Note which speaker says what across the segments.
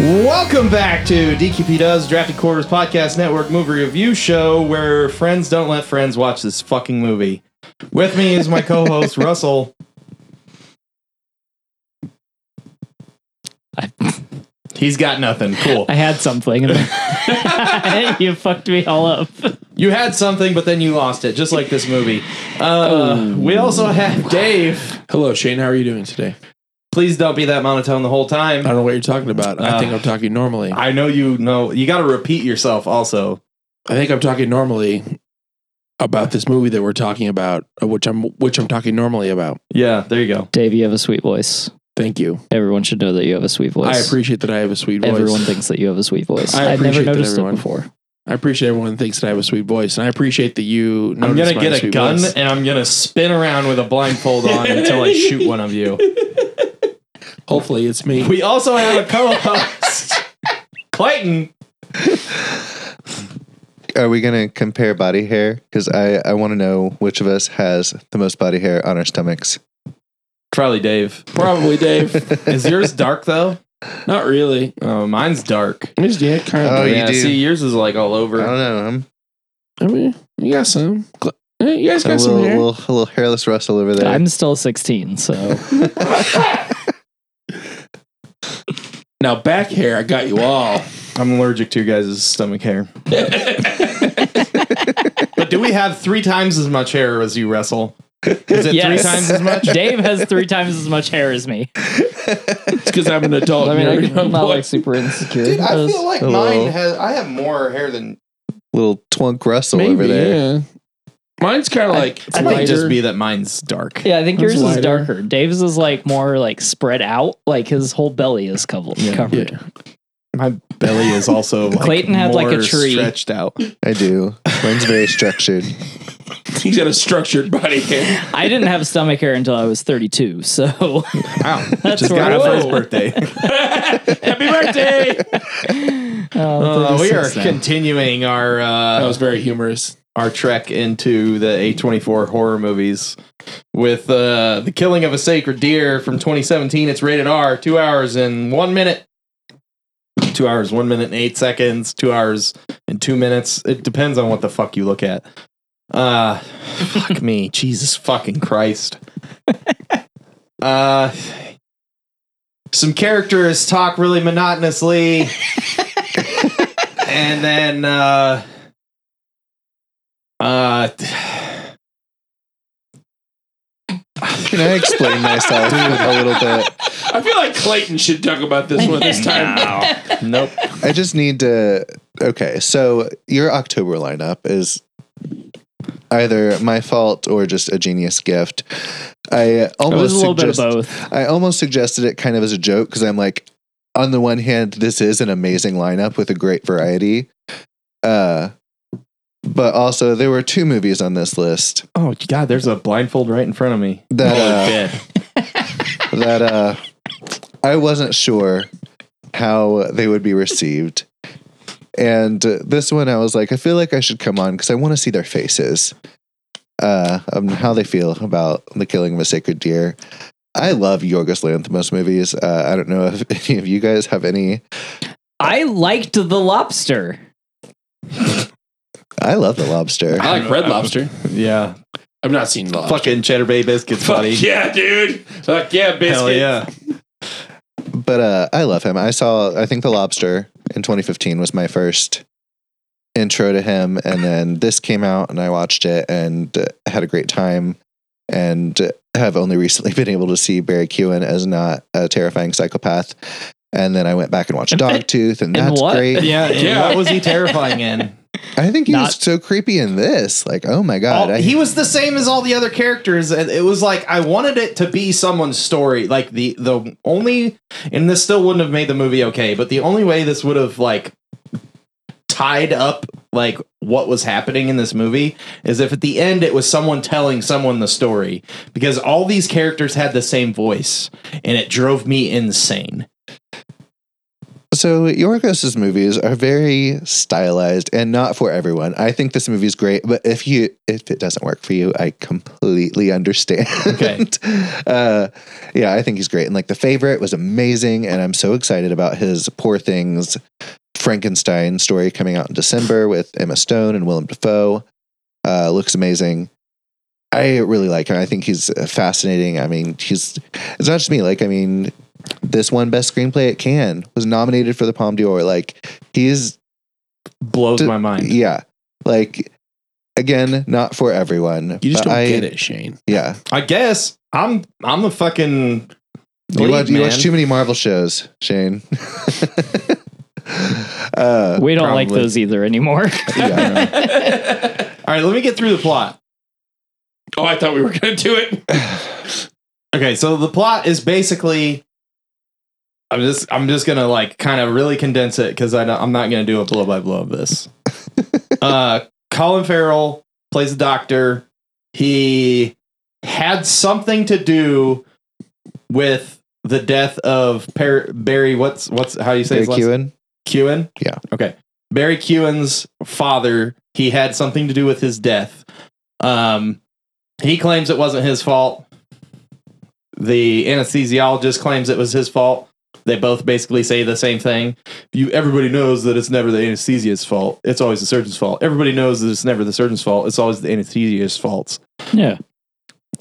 Speaker 1: Welcome back to DQP Does Drafted Quarters Podcast Network Movie Review Show, where friends don't let friends watch this fucking movie. With me is my co-host Russell. He's got nothing. Cool.
Speaker 2: I had something. And then you fucked me all up.
Speaker 1: You had something, but then you lost it, just like this movie. Uh, we also have Dave.
Speaker 3: Hello, Shane. How are you doing today?
Speaker 1: Please don't be that monotone the whole time.
Speaker 3: I don't know what you're talking about. I
Speaker 1: Uh,
Speaker 3: think I'm talking normally. I,
Speaker 1: I know you know. You got to repeat yourself also.
Speaker 3: think I'm talking normally about this movie that we're talking about, uh, which I'm which I'm talking normally about.
Speaker 1: Yeah, there you go.
Speaker 2: Dave, you have a sweet voice.
Speaker 3: Thank you.
Speaker 2: Everyone should know that you have a sweet voice.
Speaker 3: I appreciate that I have a sweet voice.
Speaker 2: Everyone thinks that you have a sweet voice.
Speaker 3: I
Speaker 2: I've never
Speaker 3: appreciate that,
Speaker 2: noticed it
Speaker 3: everyone.
Speaker 2: before.
Speaker 3: I appreciate everyone thinks that I have a sweet voice, and I appreciate that you.
Speaker 1: I'm
Speaker 3: notice
Speaker 1: gonna
Speaker 3: my
Speaker 1: get a
Speaker 3: sweet
Speaker 1: gun
Speaker 3: voice.
Speaker 1: and I'm gonna spin around with a blindfold on until I shoot one of you.
Speaker 3: Hopefully, it's me.
Speaker 1: We also have a co-host, Clayton.
Speaker 4: Are we gonna compare body hair? Because I I want to know which of us has the most body hair on our stomachs.
Speaker 1: Probably Dave.
Speaker 3: Probably Dave.
Speaker 1: Is yours dark though?
Speaker 3: Not really.
Speaker 1: Oh, mine's dark.
Speaker 3: I just yeah, kind
Speaker 4: Oh,
Speaker 3: of.
Speaker 4: you
Speaker 1: yeah,
Speaker 4: do.
Speaker 1: see, yours is like all
Speaker 4: I don't
Speaker 1: over.
Speaker 4: know. I'm
Speaker 3: I mean, you got some. Cl- eh, You guys
Speaker 4: a
Speaker 3: got
Speaker 4: little,
Speaker 3: some hair.
Speaker 4: little little hairless Russell over there.
Speaker 2: I'm still 16, so
Speaker 3: Now back hair, I got you all.
Speaker 1: I'm allergic to your guys' stomach hair. but do we have three times as much hair as you, Russell? Is it
Speaker 2: Yes.
Speaker 1: three times as much?
Speaker 2: Dave has three times as much hair as me.
Speaker 3: It's because I'm an adult.
Speaker 2: I mean,
Speaker 3: Oh, you're a
Speaker 2: I,
Speaker 3: young
Speaker 2: am not
Speaker 3: boy.
Speaker 2: like super insecure.
Speaker 1: Dude,
Speaker 2: I
Speaker 1: I
Speaker 2: was-
Speaker 1: feel like
Speaker 4: Hello.
Speaker 1: mine has. I have more hair than.
Speaker 4: little twunk Russell over there.
Speaker 3: Yeah. Mine's kind of like
Speaker 2: I
Speaker 1: It
Speaker 2: might
Speaker 1: might
Speaker 3: lighter.
Speaker 1: just be that mine's dark.
Speaker 2: yeah, I think
Speaker 3: That's
Speaker 2: yours is
Speaker 3: lighter.
Speaker 2: darker. Dave's is like more like spread out. Like his whole belly is covered. covered.
Speaker 3: Yeah.
Speaker 1: My belly is also like
Speaker 2: Clayton had like a
Speaker 1: more
Speaker 2: tree.
Speaker 1: stretched out.
Speaker 4: I do. Mine's very structured.
Speaker 3: He's got a structured body. hair.
Speaker 2: I didn't have stomach hair until I was 32, so
Speaker 1: Wow,
Speaker 2: That's
Speaker 1: just got
Speaker 2: right.
Speaker 1: it for his
Speaker 2: Whoa.
Speaker 1: birthday.
Speaker 3: Happy birthday!
Speaker 2: Oh,
Speaker 1: Uh, we are
Speaker 2: 36 now.
Speaker 1: continuing our
Speaker 3: That
Speaker 1: uh,
Speaker 3: was very humorous.
Speaker 1: our trek into the A24 horror movies with uh, the killing of a sacred deer from 2017. It's rated R. Two hours and one minute. Two hours, one minute and eight seconds. Two hours and two minutes. It depends on what the fuck you look at. Uh, fuck me, Jesus fucking Christ. Uh, some characters talk really monotonously, and then uh, uh,
Speaker 4: Can I explain myself a little bit?
Speaker 3: I feel like Clayton should talk about this one this time.
Speaker 1: nope.
Speaker 4: I just need to. Okay, so your October lineup is either my fault or just a genius gift. I
Speaker 2: it
Speaker 4: almost
Speaker 2: was a little bit of
Speaker 4: suggest-
Speaker 2: both.
Speaker 4: I almost suggested it kind of as a joke because I'm like, on the one hand, this is an amazing lineup with a great variety. Uh, but also, there were two movies on this list
Speaker 1: Oh God, there's a blindfold right in front of me.
Speaker 4: that uh, that uh, I wasn't sure how they would be received. And uh, this one, I was like, I feel like I should come on because I want to see their faces, uh, um, how they feel about the killing of a sacred deer. I love Yorgos Lanthimos movies. Uh, I don't know if any of you guys have any.
Speaker 2: I liked the lobster.
Speaker 4: I love The Lobster.
Speaker 3: I like Red Lobster.
Speaker 1: Yeah,
Speaker 3: I've not seen Lobster.
Speaker 1: fucking Cheddar Bay biscuits,
Speaker 3: Fuck
Speaker 1: buddy.
Speaker 3: yeah, dude. Fuck yeah, biscuit.
Speaker 1: Hell yeah.
Speaker 4: but uh, I love him. I saw, I think The Lobster in 2015 was my first intro to him. And then this came out and I watched it and uh, had a great time and uh, have only recently been able to see Barry Keoghan as not a terrifying psychopath. And then I went back and watched Dogtooth
Speaker 2: And
Speaker 4: and that's
Speaker 2: what?
Speaker 4: great.
Speaker 1: Yeah,
Speaker 3: Yeah.
Speaker 1: What was he terrifying in?
Speaker 4: I think he
Speaker 2: Not-
Speaker 4: was so creepy in this. Like, oh my God.
Speaker 1: All-
Speaker 4: I,
Speaker 1: he was the same as all the other characters, and it was like I wanted it to be someone's story. Like the the only, and this still wouldn't have made the movie okay, but the only way this would have like tied up like what was happening in this movie is if at the end it was someone telling someone the story because all these characters had the same voice and it drove me insane
Speaker 4: So Yorgos's movies are very stylized and not for everyone. I think this movie is great, but if you if it doesn't work for you, I completely understand.
Speaker 1: Okay.
Speaker 4: uh, yeah, I think he's great, and like the favorite was amazing, and I'm so excited about his Poor Things Frankenstein story coming out in December with Emma Stone and Willem Dafoe. Uh, looks amazing. I really like him. I think he's uh, fascinating. I mean, he's it's not just me. Like, I mean, this one best screenplay at Cannes was nominated for the Palme d'Or. Like, he's
Speaker 1: Blows
Speaker 4: D-
Speaker 1: my mind.
Speaker 4: yeah, like again, not for everyone.
Speaker 3: You just
Speaker 4: but
Speaker 3: don't
Speaker 4: I,
Speaker 3: get it, Shane.
Speaker 4: Yeah,
Speaker 1: I guess I'm I'm a fucking
Speaker 4: you
Speaker 1: bleep,
Speaker 4: watch, you watch
Speaker 1: man.
Speaker 4: too many Marvel shows, Shane. uh,
Speaker 2: we don't like
Speaker 1: probably.
Speaker 2: those either anymore.
Speaker 4: yeah.
Speaker 1: All right, let me get through the plot.
Speaker 3: Oh, I thought we were going to do it.
Speaker 1: Okay, so the plot is basically I'm just I'm just gonna like kind of really condense it because I don't- I'm not gonna do a blow by blow of this. uh, Colin Farrell plays the doctor. He had something to do with the death of per- Barry. What's what's how do you say
Speaker 4: Barry
Speaker 1: his last
Speaker 4: Keoghan.
Speaker 1: Kewen?
Speaker 4: Yeah.
Speaker 1: Okay. Barry Kewen's father, he had something to do with his death. Um, he claims it wasn't his fault. The anesthesiologist claims it was his fault. They both basically say the same thing. You everybody knows that it's never the anesthesia's fault. It's always the surgeon's fault. Everybody knows that it's never the surgeon's fault. It's always the anesthesia's fault.
Speaker 2: yeah.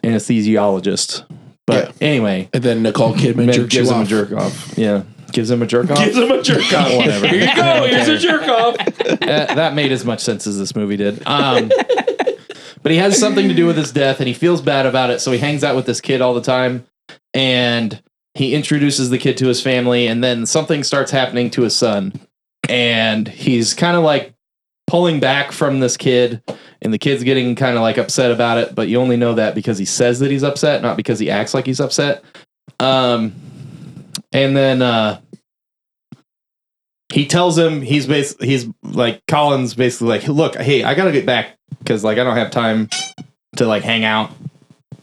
Speaker 1: Anesthesiologist. But anyway,
Speaker 3: And then Nicole Kidman
Speaker 1: man
Speaker 3: jerks
Speaker 1: gives
Speaker 3: you
Speaker 1: him
Speaker 3: off.
Speaker 1: a jerk off. Yeah, gives him a jerk off.
Speaker 3: Gives him a jerk off.
Speaker 1: Whatever.
Speaker 3: Here you go. Here's a jerk off.
Speaker 1: that, that made as much sense as this movie did. Um, but he has something to do with his death, and he feels bad about it. So he hangs out with this kid all the time, and he introduces the kid to his family, and then something starts happening to his son, and he's kind of like pulling back from this kid, and the kid's getting kind of like upset about it. But you only know that because he says that he's upset, not because he acts like he's upset. Um, and then. Uh, he tells him he's bas- he's like Colin's basically like look hey I gotta get back because like I don't have time to like hang out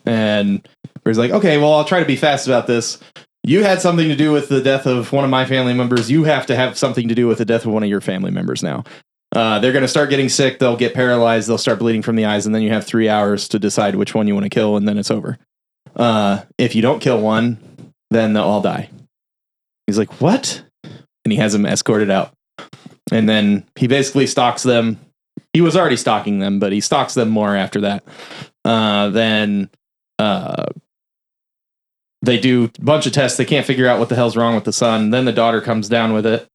Speaker 1: and he's like okay well I'll try to be fast about this you had something to do with the death of one of my family members you have to have something to do with the death of one of your family members now uh, they're gonna start getting sick they'll get paralyzed they'll start bleeding from the eyes and then you have three hours to decide which one you want to kill and then it's over uh, if you don't kill one then they'll all die he's like what and he has him escorted out. And then he basically stalks them. He was already stalking them, but he stalks them more after that. Uh, then uh, they do a bunch of tests. They can't figure out what the hell's wrong with the son. Then the daughter comes down with it.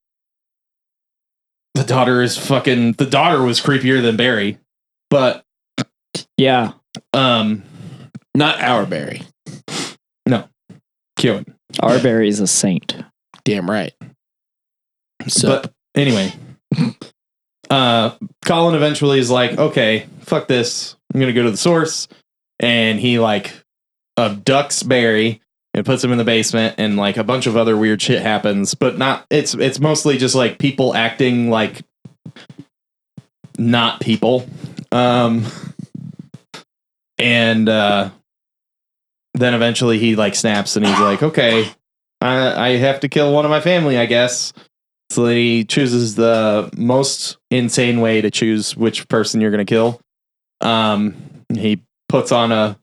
Speaker 1: The daughter is fucking. The daughter was creepier than Barry, but
Speaker 2: Yeah.
Speaker 1: um,
Speaker 3: Not our Barry.
Speaker 1: Kewen.
Speaker 2: Arbery's a saint.
Speaker 3: Damn right. So
Speaker 1: But anyway, uh, Colin eventually is like, okay, fuck this. I'm going to go to the source. And he like abducts Barry and puts him in the basement and like a bunch of other weird shit happens, but not, it's, it's mostly just like people acting like not people. Um, and, uh, then eventually he like snaps and he's like, okay, I, I have to kill one of my family, I guess. So then he chooses the most insane way to choose which person you're going to kill. Um, he puts on a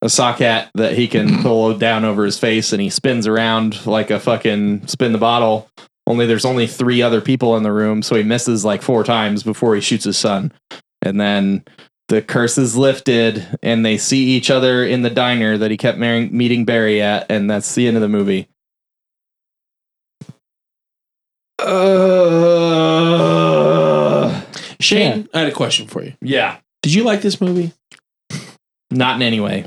Speaker 1: a sock hat that he can pull down over his face, and he spins around like a fucking spin the bottle. Only there's only three other people in the room, so he misses like four times before he shoots his son. And then the curse is lifted, and they see each other in the diner that he kept marrying, meeting Barry at, and that's the end of the movie. Uh,
Speaker 3: Shane, I had a question for you.
Speaker 1: yeah,
Speaker 3: Did you like this movie?
Speaker 1: not in any way.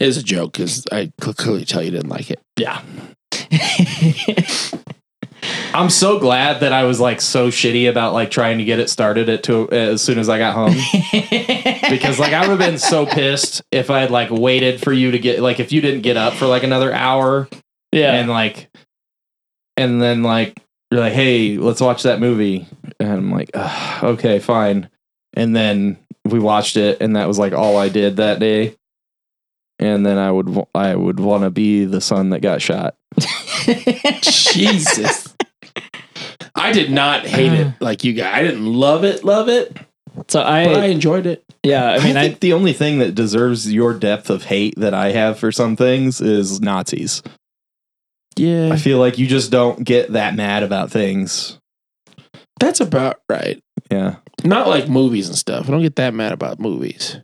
Speaker 3: It's a joke because I could clearly tell you didn't like it.
Speaker 1: Yeah. I'm so glad that I was like so shitty about like trying to get it started at two, uh, as soon as I got home because like I would have been so pissed if I had like waited for you to get like if you didn't get up for like another hour
Speaker 2: yeah.
Speaker 1: and like and then like you're like hey let's watch that movie and i'm like "Ugh, okay fine and then we watched it and that was like all i did that day and then i would wa- i would want to be the son that got shot
Speaker 3: Jesus. I did not hate it like you guys. I didn't love it, love it,
Speaker 2: So
Speaker 3: but I
Speaker 2: I,
Speaker 3: enjoyed it.
Speaker 2: yeah, I mean,
Speaker 1: I
Speaker 2: I,
Speaker 1: think the only thing that deserves your depth of hate that I have for some things is Nazis. I
Speaker 3: Yeah.
Speaker 1: feel like you just don't get that mad about things.
Speaker 3: That's about right.
Speaker 1: Yeah.
Speaker 3: Not like movies and stuff. I don't get that mad about movies.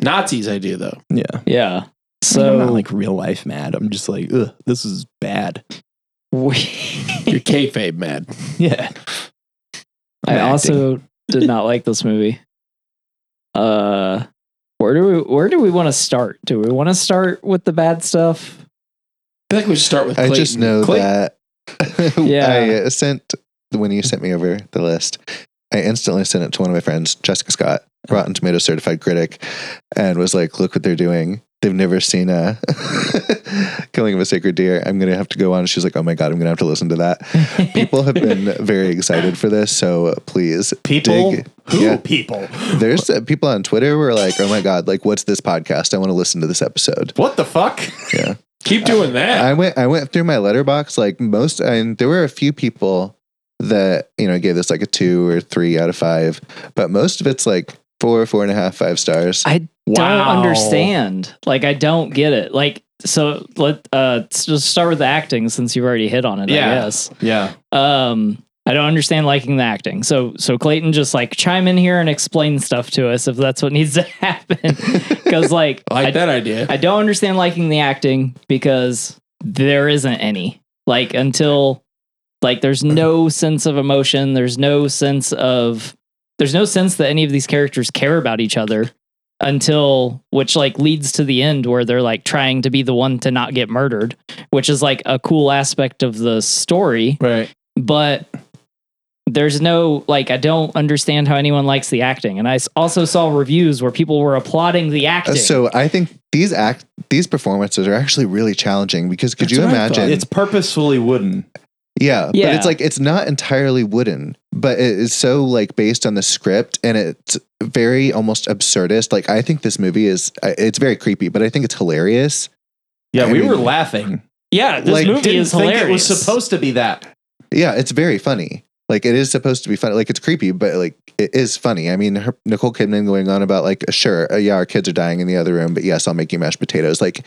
Speaker 3: Nazis, I do though.
Speaker 1: Yeah.
Speaker 2: yeah.
Speaker 1: I'm not
Speaker 2: So
Speaker 1: like real life mad. I'm just like, ugh, this is bad.
Speaker 2: we,
Speaker 3: You're kayfabe mad.
Speaker 1: Yeah.
Speaker 2: I
Speaker 3: acting.
Speaker 2: also did not like this movie. Uh, where do we where do we want to start? Do we want to start with the bad stuff?
Speaker 3: I feel like we should start with.
Speaker 4: I
Speaker 3: Clayton.
Speaker 4: just know
Speaker 3: Clay-
Speaker 4: that
Speaker 2: Yeah.
Speaker 4: I uh, sent when you sent me over the list. I instantly sent it to one of my friends, Jessica Scott, Rotten Tomato certified critic, and was like, "Look what they're doing! They've never seen a killing of a sacred deer. I'm gonna have to go on." She's like, "Oh my god, I'm gonna have to listen to that." People have been very excited for this, so please
Speaker 1: People.
Speaker 4: dig.
Speaker 1: Who
Speaker 4: Yeah.
Speaker 1: people?
Speaker 4: There's uh, people on Twitter who are like, "Oh my god, like what's this podcast? I want to listen to this episode."
Speaker 1: What the fuck?
Speaker 4: Yeah.
Speaker 3: keep doing that.
Speaker 4: I went I went through my letterbox like most and there were a few people that you know gave this like a two or three out of five, but most of it's like four, four and a half, five stars.
Speaker 2: I
Speaker 1: Wow.
Speaker 2: don't understand. Like I don't get it. Like so let uh let's just start with the acting since you've already hit on it,
Speaker 1: Yeah.
Speaker 2: I guess.
Speaker 1: Yeah.
Speaker 2: Um I don't understand liking the acting. So so Clayton just like chime in here and explain stuff to us if that's what needs to happen. Cuz like
Speaker 3: I like
Speaker 2: I-
Speaker 3: that idea.
Speaker 2: I don't understand liking the acting because there isn't any. Like until like there's no sense of emotion, there's no sense of there's no sense that any of these characters care about each other until which like leads to the end where they're like trying to be the one to not get murdered, which is like a cool aspect of the story,
Speaker 1: Right.
Speaker 2: but there's no like I don't understand how anyone likes the acting. And I s- also saw reviews where people were applauding the acting.
Speaker 4: Uh, so I think these act these performances are actually really challenging because could
Speaker 3: That's
Speaker 4: you
Speaker 3: what I thought.
Speaker 4: imagine?
Speaker 1: It's purposefully wooden.
Speaker 4: Yeah, but
Speaker 2: Yeah.
Speaker 4: it's like it's not entirely wooden, but it is so like based on the script and it's very almost absurdist. Like I think this movie is uh, it's very creepy, but I think it's hilarious.
Speaker 1: Yeah,
Speaker 4: I
Speaker 1: we
Speaker 4: mean-
Speaker 1: were laughing.
Speaker 2: Yeah, this
Speaker 4: Like,
Speaker 2: movie
Speaker 1: Didn't
Speaker 2: is
Speaker 1: think
Speaker 2: hilarious.
Speaker 1: it was supposed to be that.
Speaker 4: Yeah, it's very funny. Like it is supposed to be funny. Like it's creepy, but like it is funny. I mean, her, Nicole Kidman going on about like, sure, uh, yeah, our kids are dying in the other room, but yes, I'll make you mashed potatoes. Like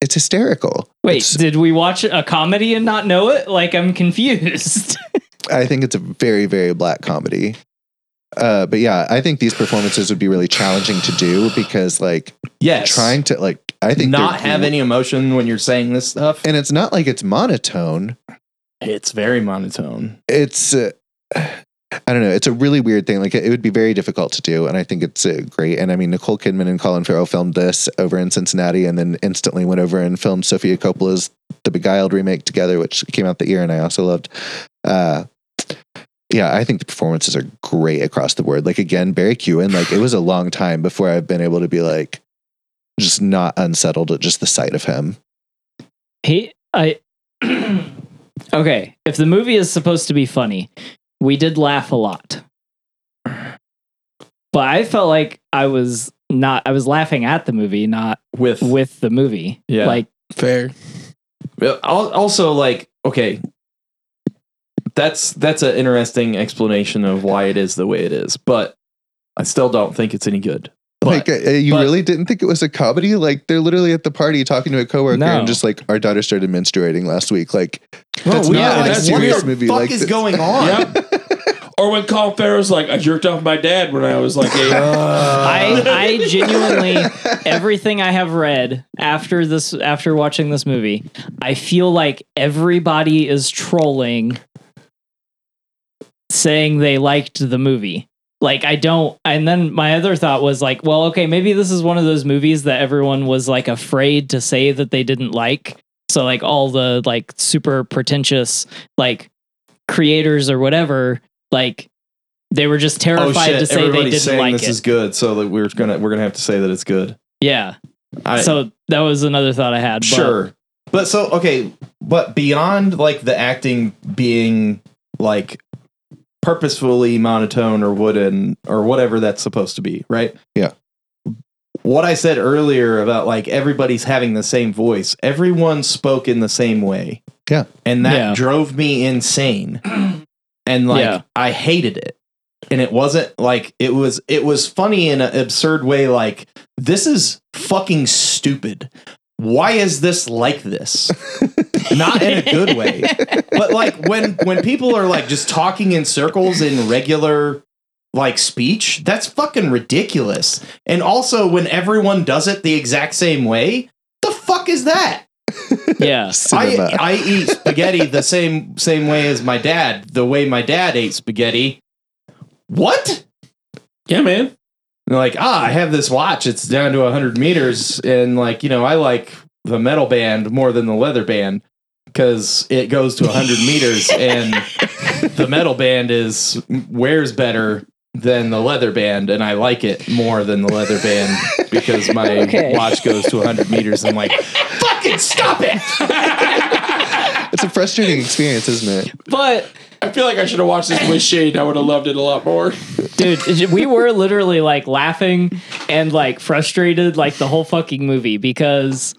Speaker 4: it's hysterical.
Speaker 2: Wait,
Speaker 4: It's-
Speaker 2: did we watch a comedy and not know it? Like, I'm confused.
Speaker 4: I think it's a very very black comedy. Uh, but yeah, I think these performances would be really challenging to do because like
Speaker 1: Yes.
Speaker 4: trying to like I think
Speaker 1: not
Speaker 4: they're-
Speaker 1: have any emotion when you're saying this stuff.
Speaker 4: and it's not like it's monotone.
Speaker 1: It's very monotone.
Speaker 4: It's uh, I don't know. It's a really weird thing. Like it, it would be very difficult to do, and I think it's uh, great. And I mean, Nicole Kidman and Colin Farrell filmed this over in Cincinnati, and then instantly went over and filmed Sofia Coppola's The Beguiled remake together, which came out the year, and I also loved. Uh, yeah, I think the performances are great across the board. Like again, Barry Keoghan. Like it was a long time before I've been able to be like just not unsettled at just the sight of him.
Speaker 2: He, I. okay, if the movie is supposed to be funny, we did laugh a lot. But I felt like I was not, I was laughing at the movie, not
Speaker 1: With,
Speaker 2: with the movie.
Speaker 1: Yeah.
Speaker 2: Like,
Speaker 3: Fair.
Speaker 1: Well, al- also like okay, that's that's an interesting explanation of why it is the way it is, but I still don't think it's any good. But
Speaker 4: like uh, you
Speaker 1: but-
Speaker 4: really didn't think it was a comedy? Like they're literally at the party talking to a coworker
Speaker 2: No.
Speaker 4: and just like our daughter started menstruating last week. Like that's
Speaker 1: we
Speaker 4: not
Speaker 1: were like,
Speaker 4: like a
Speaker 1: what
Speaker 4: serious
Speaker 1: the
Speaker 4: movie.
Speaker 1: fuck
Speaker 4: like
Speaker 1: is
Speaker 4: that's-
Speaker 1: going on?
Speaker 3: Or when Colin Farrell's like, I jerked off my dad when I was like eight.
Speaker 1: Uh,
Speaker 2: I, I genuinely, everything I have read after this, after watching this movie, I feel like everybody is trolling, saying they liked the movie. Like I don't, and then my other thought was like, well, okay, maybe this is one of those movies that everyone was like afraid to say that they didn't like. So like all the like super pretentious like creators or whatever, like they were just
Speaker 1: Oh
Speaker 2: terrified
Speaker 1: shit!
Speaker 2: to say they
Speaker 1: Everybody's
Speaker 2: didn't
Speaker 1: saying
Speaker 2: like
Speaker 1: this
Speaker 2: it.
Speaker 1: is good, so that we're gonna we're gonna have to say that it's good.
Speaker 2: yeah.
Speaker 1: I,
Speaker 2: so that was another thought I had. but-
Speaker 1: sure but so okay but beyond like the acting being like purposefully monotone or wooden or whatever that's supposed to be right
Speaker 4: Yeah.
Speaker 1: what i said earlier about like everybody's having the same voice everyone spoke in the same way
Speaker 4: Yeah.
Speaker 1: And that
Speaker 2: Yeah.
Speaker 1: drove me insane. And like
Speaker 2: Yeah.
Speaker 1: I hated it. And it wasn't like it was it was funny in an absurd way like this is fucking stupid. Why is this like this? Not in a good way. But like when when people are like just talking in circles in regular like speech, that's fucking ridiculous. And also when everyone does it the exact same way, the fuck is that?
Speaker 2: yeah.
Speaker 4: Cinema.
Speaker 1: I, I eat spaghetti the same same way as my dad. The way my dad ate spaghetti. What?
Speaker 3: Yeah, man.
Speaker 1: And like, ah, I have this watch. It's down to hundred meters, and like, you know, I like the metal band more than the leather band because it goes to hundred meters, and the metal band is wears better than the leather band, and I like it more than the leather band because my
Speaker 2: Okay.
Speaker 1: watch goes to hundred meters. I'm like, fucking stop it.
Speaker 4: it's a frustrating experience, isn't it?
Speaker 2: But
Speaker 3: I feel like I should have watched this with Shade. I would have loved it a lot more.
Speaker 2: dude we were literally like laughing and like frustrated like the whole fucking movie because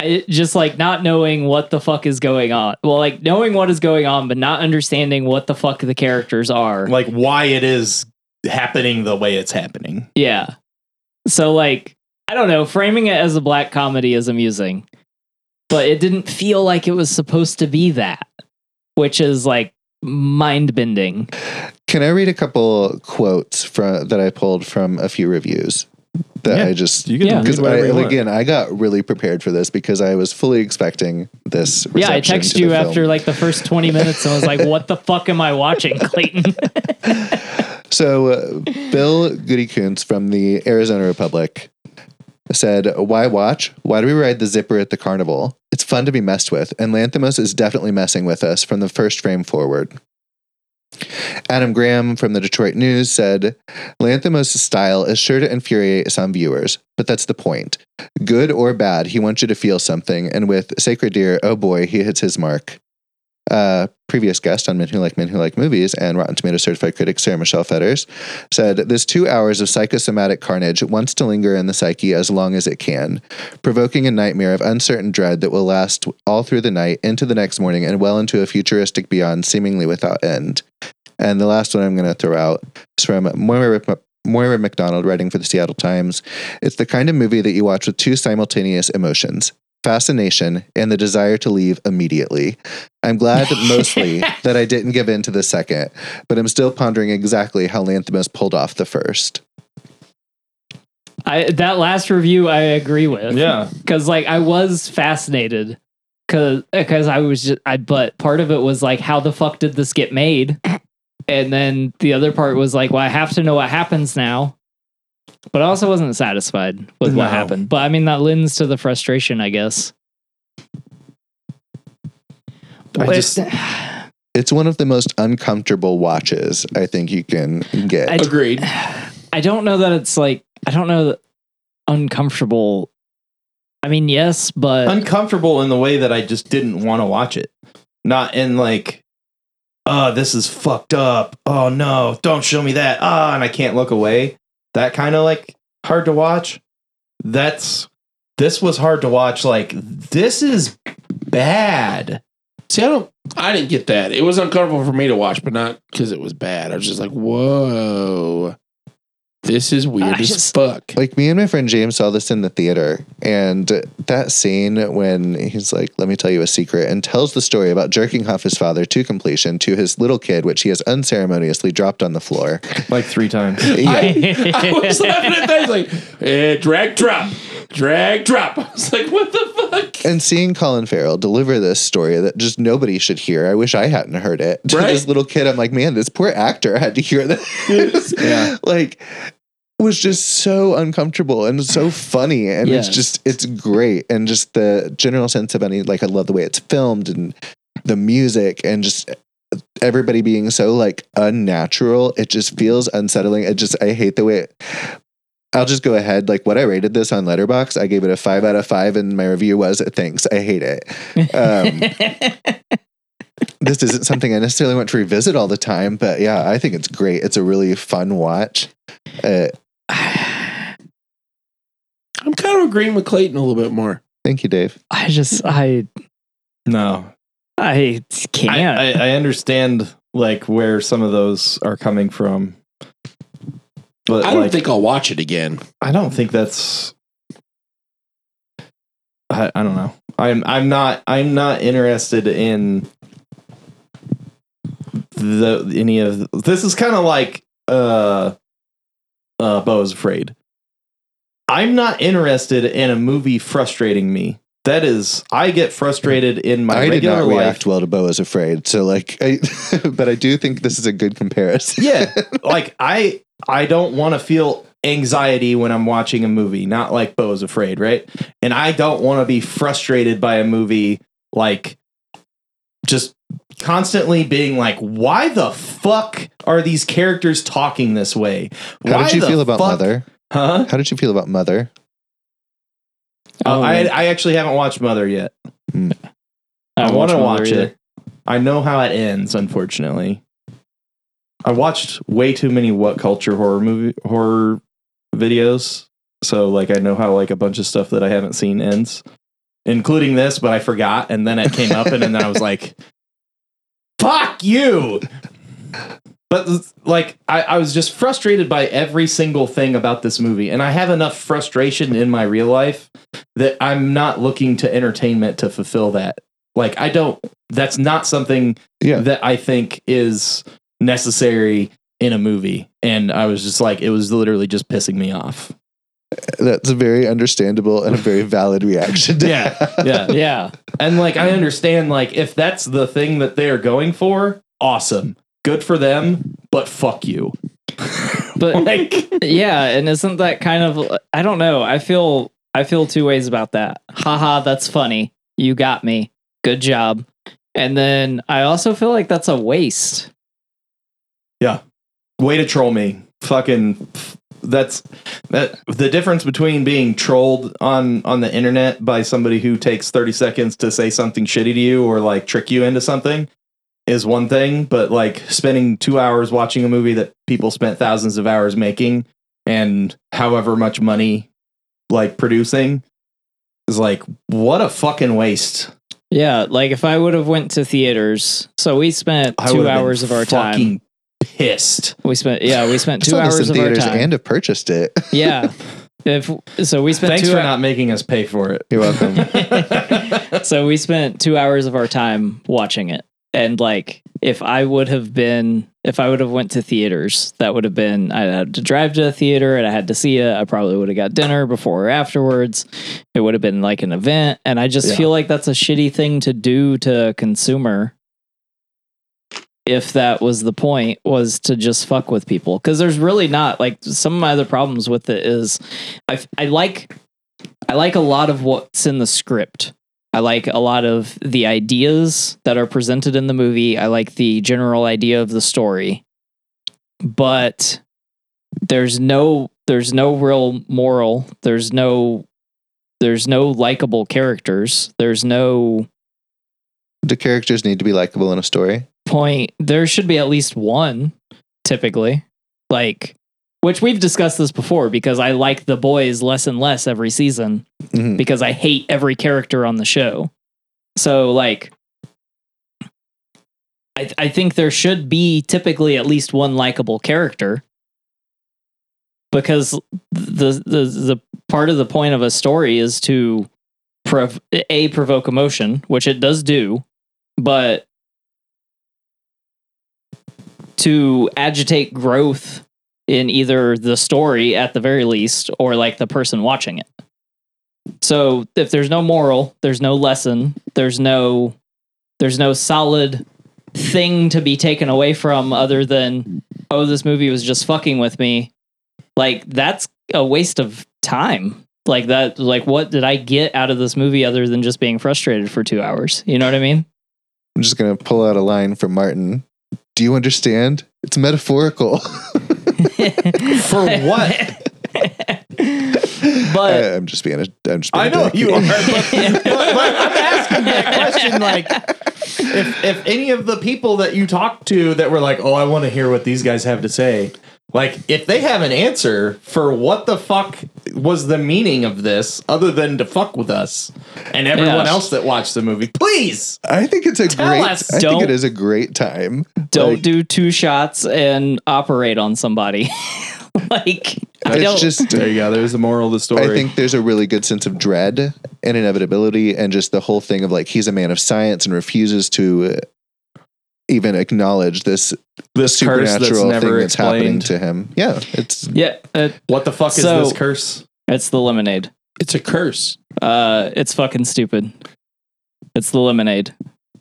Speaker 2: I, just like not knowing what the fuck is going on well like knowing what is going on but not understanding what the fuck the characters are
Speaker 1: like why it is happening the way it's happening.
Speaker 2: yeah so like i don't know framing it as a black comedy is amusing but it didn't feel like it was supposed to be that which is like mind bending
Speaker 4: Can I read a couple quotes from that I pulled from a few reviews that
Speaker 1: Yeah.
Speaker 4: I just
Speaker 1: You can
Speaker 2: Yeah.
Speaker 1: yeah.
Speaker 4: because
Speaker 1: whatever you want.
Speaker 4: again I got really prepared for this because I was fully expecting this.
Speaker 2: yeah i
Speaker 4: reception
Speaker 2: texted
Speaker 4: to
Speaker 2: you
Speaker 4: the film.
Speaker 2: after like the first 20 minutes and was like what the fuck am i watching clayton
Speaker 4: So, uh, Bill Goody Koontz from the Arizona Republic said, Why watch? Why do we ride the zipper at the carnival? It's fun to be messed with, and Lanthimos is definitely messing with us from the first frame forward. Adam Graham from the Detroit News said, Lanthimos' style is sure to infuriate some viewers, but that's the point. Good or bad, he wants you to feel something, and with Sacred Deer, oh boy, he hits his mark uh, previous guest on Men Who Like Men Who Like Movies and Rotten Tomato certified critic Sarah Michelle Fetters said, This two hours of psychosomatic carnage wants to linger in the psyche as long as it can, provoking a nightmare of uncertain dread that will last all through the night, into the next morning, and well into a futuristic beyond seemingly without end. And the last one I'm going to throw out is from Moira, Moira McDonald writing for the Seattle Times. It's the kind of movie that you watch with two simultaneous emotions fascination and the desire to leave immediately. I'm glad mostly that I didn't give in to the second, but I'm still pondering exactly how Lanthimos pulled off the first.
Speaker 2: I, that last review I agree with.
Speaker 1: Yeah.
Speaker 2: Cause like I was fascinated. Cause, cause I was just, I, but part of it was like, how the fuck did this get made? And then the other part was like, well, I have to know what happens now. But I also wasn't satisfied with
Speaker 1: No.
Speaker 2: what happened. But I mean, that lends to the frustration, I guess.
Speaker 1: I
Speaker 2: But-
Speaker 1: just-
Speaker 4: It's one of the most uncomfortable watches I think you can get.
Speaker 2: I-
Speaker 3: Agreed.
Speaker 2: I don't know that it's like, I don't know that uncomfortable. I mean, yes,
Speaker 3: Uh,
Speaker 2: but
Speaker 1: uncomfortable in the way that I just didn't want to watch it. Not in like, oh, this is fucked up. Oh no, don't show me that. Ah, and I can't look away. That kind of like hard to watch. That's this was hard to watch. Like this is bad.
Speaker 3: See, I don't. I didn't get that. It was uncomfortable for me to watch, but not because it was bad. I was just like, "Whoa, this is weird
Speaker 2: I
Speaker 3: as
Speaker 2: just-
Speaker 3: fuck."
Speaker 4: like me and my friend James saw this in the theater, and that scene when he's like, "Let me tell you a secret," and tells the story about jerking off his father to completion to his little kid, which he has unceremoniously dropped on the floor.
Speaker 1: Like three times.
Speaker 3: I, I was laughing at that. He's like, eh, "Drag drop, drag drop." I was like, "What the fuck?"
Speaker 4: and seeing Colin Farrell deliver this story that just nobody should hear. I wish I hadn't heard it. To
Speaker 3: Right.
Speaker 4: this little kid, I'm like, man, this poor actor had to hear this.
Speaker 1: Yeah.
Speaker 4: Like was just so uncomfortable and so funny and it's
Speaker 2: Yeah.
Speaker 4: just it's great and just the general sense of any like I love the way it's filmed and the music and just everybody being so like unnatural it just feels unsettling it just i hate the way it, i'll just go ahead like what i rated this on letterbox i gave it a five out of five and my review was thanks i hate it um, this isn't something i necessarily want to revisit all the time but yeah i think it's great it's a really fun watch uh,
Speaker 3: I'm kind of agreeing with Clayton a little bit more.
Speaker 4: thank you dave
Speaker 2: I just I
Speaker 1: No.
Speaker 2: I
Speaker 1: I,
Speaker 2: can't.
Speaker 1: I, I understand like where some of those are coming from, but
Speaker 3: I don't
Speaker 1: like,
Speaker 3: think I'll watch it again.
Speaker 1: I don't think that's. I, I don't know. I'm I'm not I'm not interested in the any of this is kind of like uh uh Bo's afraid. I'm not interested in a movie frustrating me. That is, I get frustrated in my
Speaker 4: I did
Speaker 1: regular
Speaker 4: not
Speaker 1: life.
Speaker 4: react well to Bo is Afraid. So, like, I, but I do think this is a good comparison.
Speaker 1: yeah like i i don't want to feel anxiety when i'm watching a movie not like bo's afraid right and i don't want to be frustrated by a movie like just constantly being like why the fuck are these characters talking this way
Speaker 4: How
Speaker 1: Why
Speaker 4: did you
Speaker 1: the
Speaker 4: feel about
Speaker 1: fuck-
Speaker 4: Mother?
Speaker 1: huh
Speaker 4: How did you feel about Mother?
Speaker 1: Uh,
Speaker 2: Oh,
Speaker 1: I, I actually haven't watched mother yet
Speaker 2: I
Speaker 1: i,
Speaker 2: don't
Speaker 1: want to
Speaker 2: Mother
Speaker 1: watch
Speaker 2: either.
Speaker 1: it i know how it ends unfortunately i watched way too many what culture horror movie horror videos. So like I know how like a bunch of stuff that I haven't seen ends, including this, but I forgot. And then it came up and, then I was like, fuck you. But like I, I was just frustrated by every single thing about this movie. And I have enough frustration in my real life that I'm not looking to entertainment to fulfill that. Like I don't that's not something
Speaker 4: Yeah.
Speaker 1: that I think is necessary in a movie and i was just like it was literally just pissing me off
Speaker 4: That's a very understandable and a very valid reaction. To
Speaker 1: Yeah.
Speaker 4: have.
Speaker 1: yeah
Speaker 2: Yeah.
Speaker 1: and like i understand like if that's the thing that they're going for awesome good for them but fuck you
Speaker 2: But
Speaker 1: like
Speaker 2: yeah, and isn't that kind of I don't know. I feel I feel two ways about that. Haha, that's funny. You got me. Good job. And then I also feel like that's a waste.
Speaker 1: way to troll me fucking that's that the difference between being trolled on on the internet by somebody who takes 30 seconds to say something shitty to you or like trick you into something is one thing but like spending 2 hours watching a movie that people spent thousands of hours making and however much money like producing is like what a fucking waste
Speaker 2: Yeah, like if I would have went to theaters, so we spent
Speaker 1: I
Speaker 2: two
Speaker 1: would've been
Speaker 2: hours of our time.
Speaker 1: fucking pissed
Speaker 2: We spent yeah, we spent
Speaker 4: I
Speaker 2: two
Speaker 4: saw this
Speaker 2: hours
Speaker 4: in
Speaker 2: of our
Speaker 4: theaters
Speaker 2: time.
Speaker 4: and have purchased it.
Speaker 2: yeah, if so, we spent
Speaker 1: thanks
Speaker 2: two.
Speaker 1: for
Speaker 2: hou-
Speaker 1: not making us pay for it
Speaker 4: You're welcome.
Speaker 2: so we spent two hours of our time watching it, and like if I would have been, if I would have went to theaters, that would have been I had to drive to a theater and I had to see it. I probably would have got dinner before or afterwards. It would have been like an event, and I just
Speaker 1: Yeah.
Speaker 2: feel like that's a shitty thing to do to a consumer. if that was the point was to just fuck with people because there's really not like some of my other problems with it is I, f- I like i like a lot of what's in the script i like a lot of the ideas that are presented in the movie i like the general idea of the story but there's no there's no real moral there's no there's no likable characters there's no
Speaker 4: Do characters need to be likable in a story?
Speaker 2: point, there should be at least one, typically. Like, which we've discussed this before because I like the boys less and less every season
Speaker 4: Mhm.
Speaker 2: because I hate every character on the show. So, like, I, I think there should be typically at least one likable character because the, the the part of the point of a story is to prov- a provoke emotion, which it does do, but to agitate growth in either the story at the very least or like the person watching it. So if there's no moral, there's no lesson, there's no there's no solid thing to be taken away from other than oh this movie was just fucking with me. Like that's a waste of time. Like that like what did I get out of this movie other than just being frustrated for 2 hours? You know what I mean?
Speaker 4: I'm just going to pull out a line from Martin. Do you understand? It's metaphorical.
Speaker 1: for what
Speaker 2: But
Speaker 4: I, am just being a. I'm just being
Speaker 1: I
Speaker 4: a
Speaker 1: know
Speaker 4: dick.
Speaker 1: you are, but, but, but I'm asking that question like if if any of the people that you talked to that were like, "Oh, I want to hear what these guys have to say," Like, if they have an answer for what the fuck was the meaning of this, other than to fuck with us and everyone
Speaker 2: Yeah.
Speaker 1: else that watched the movie, please.
Speaker 4: I think it's a
Speaker 2: Tell
Speaker 4: great.
Speaker 2: us,
Speaker 4: I think
Speaker 2: don't-
Speaker 4: it is a great time.
Speaker 2: Don't
Speaker 4: Like,
Speaker 2: do two shots and operate on somebody. like I
Speaker 4: It's
Speaker 2: don't.
Speaker 4: just.
Speaker 1: There you go. There's the moral of the story.
Speaker 4: I think there's a really good sense of dread and inevitability, and just the whole thing of like he's a man of science and refuses to uh, even acknowledge this
Speaker 1: this curse that's
Speaker 4: supernatural
Speaker 1: never
Speaker 4: thing that's happening
Speaker 1: explained.
Speaker 4: to him. Yeah, it's
Speaker 2: yeah, uh,
Speaker 1: what the fuck is
Speaker 2: So-
Speaker 1: this curse?
Speaker 2: it's the lemonade.
Speaker 3: It's a curse.
Speaker 2: Uh, it's fucking stupid. It's the lemonade.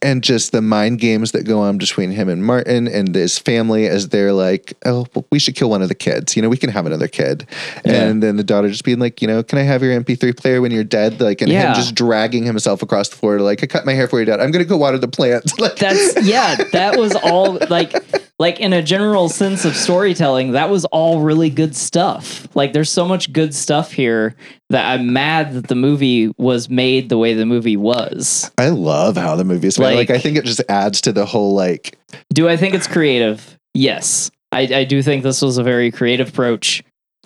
Speaker 4: and just the mind games that go on between him and Martin and his family as they're like, oh, well, we should kill one of the kids. You know, we can have another kid.
Speaker 2: Yeah.
Speaker 4: And then the daughter just being like, you know, can I have your MP3 player when you're dead? Like, and
Speaker 2: Yeah.
Speaker 4: him just dragging himself across the floor to like, I cut my hair for your dad. I'm going to go water the plants. like,
Speaker 2: That's yeah. That was all like like in a general sense of storytelling. That was all really good stuff. Like there's so much good stuff here that I'm mad that the movie was made the way the movie was.
Speaker 4: I love how the movie is made. Like,
Speaker 2: Like-
Speaker 4: I think it just adds to the whole like,
Speaker 2: Do I think it's creative? Yes. I, I do think this was a very creative approach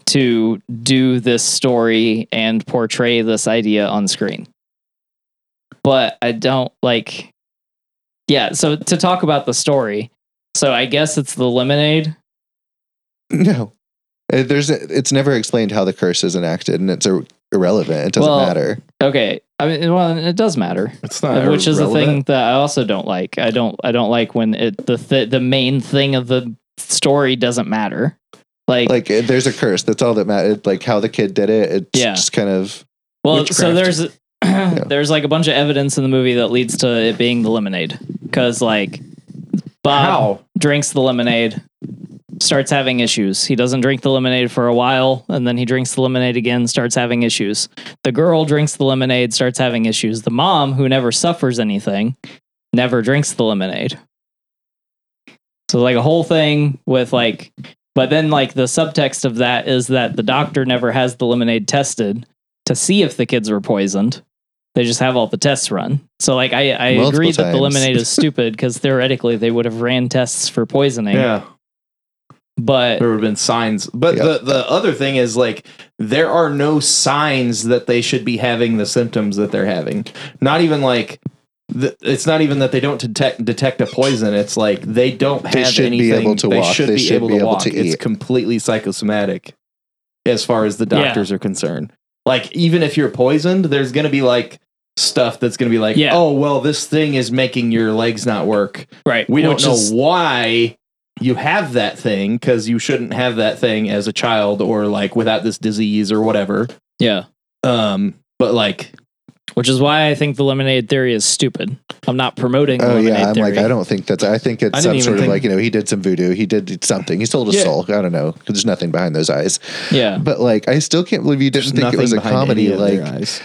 Speaker 2: to do this story and portray this idea on screen. But I don't like. Yeah, so to talk about the story, so I guess it's the lemonade.
Speaker 4: no. Uh, There's it's never explained how the curse is enacted, and it's ir- irrelevant. It doesn't
Speaker 2: Well,
Speaker 4: matter.
Speaker 2: Okay, I mean, well, it does matter,
Speaker 1: It's not
Speaker 2: which is the thing
Speaker 1: irrelevant.
Speaker 2: that I also don't like. I don't, I don't like when it the th- the main thing of the story doesn't matter. Like,
Speaker 4: Like it- there's a curse. That's all that matters. Like how the kid did it. It's
Speaker 2: Yeah.
Speaker 4: just kind of
Speaker 2: Well, so
Speaker 1: Witchcraft.
Speaker 2: there's there's like a bunch of evidence in the movie that leads to it being the lemonade because like Bob
Speaker 1: How?
Speaker 2: drinks the lemonade, starts having issues. He doesn't drink the lemonade for a while, and then he drinks the lemonade again, starts having issues. The girl drinks the lemonade, starts having issues. The mom, who never suffers anything, never drinks the lemonade. So like a whole thing with like but then like the subtext of that is that the doctor never has the lemonade tested to see if the kids were poisoned. They just have all the tests run. So like I, I
Speaker 4: Multiple
Speaker 2: agree that the
Speaker 4: times.
Speaker 2: lemonade is stupid because theoretically they would have ran tests for poisoning.
Speaker 1: Yeah.
Speaker 2: But
Speaker 1: there would have been signs but
Speaker 4: Yeah.
Speaker 1: the the other thing is like there are no signs that they should be having the symptoms that they're having not even like th- it's not even that they don't detect detect a poison it's like they don't
Speaker 4: They
Speaker 1: have
Speaker 4: should be
Speaker 1: anything
Speaker 4: able to
Speaker 1: they
Speaker 4: walk.
Speaker 1: should
Speaker 4: They
Speaker 1: be
Speaker 4: should
Speaker 1: able
Speaker 4: be
Speaker 1: to
Speaker 4: able
Speaker 1: walk
Speaker 4: to
Speaker 1: it's
Speaker 4: eat.
Speaker 1: completely psychosomatic as far as the
Speaker 2: Yeah.
Speaker 1: doctors are concerned like even if you're poisoned there's going to be like stuff that's going to be like
Speaker 2: Yeah.
Speaker 1: oh well this thing is making your legs not work
Speaker 2: right,
Speaker 1: we don't
Speaker 2: which
Speaker 1: know
Speaker 2: is-
Speaker 1: why you have that thing because you shouldn't have that thing as a child or like without this disease or whatever.
Speaker 2: yeah,
Speaker 1: Um, but like,
Speaker 2: which is why I think the lemonade theory is stupid. I'm not promoting. the
Speaker 4: Oh
Speaker 2: lemonade
Speaker 4: yeah, I'm
Speaker 2: theory.
Speaker 4: like I don't think that's. I think it's
Speaker 1: I didn't
Speaker 4: some
Speaker 1: even
Speaker 4: sort of
Speaker 1: think-
Speaker 4: like you know he did some voodoo, he did something, he sold his
Speaker 1: Yeah.
Speaker 4: soul. I don't know. 'cause There's nothing behind those eyes,
Speaker 2: Yeah,
Speaker 4: but like I still can't believe you didn't
Speaker 1: there's
Speaker 4: think
Speaker 1: nothing
Speaker 4: it was a
Speaker 1: behind
Speaker 4: comedy.
Speaker 1: any of their
Speaker 4: Like
Speaker 1: eyes.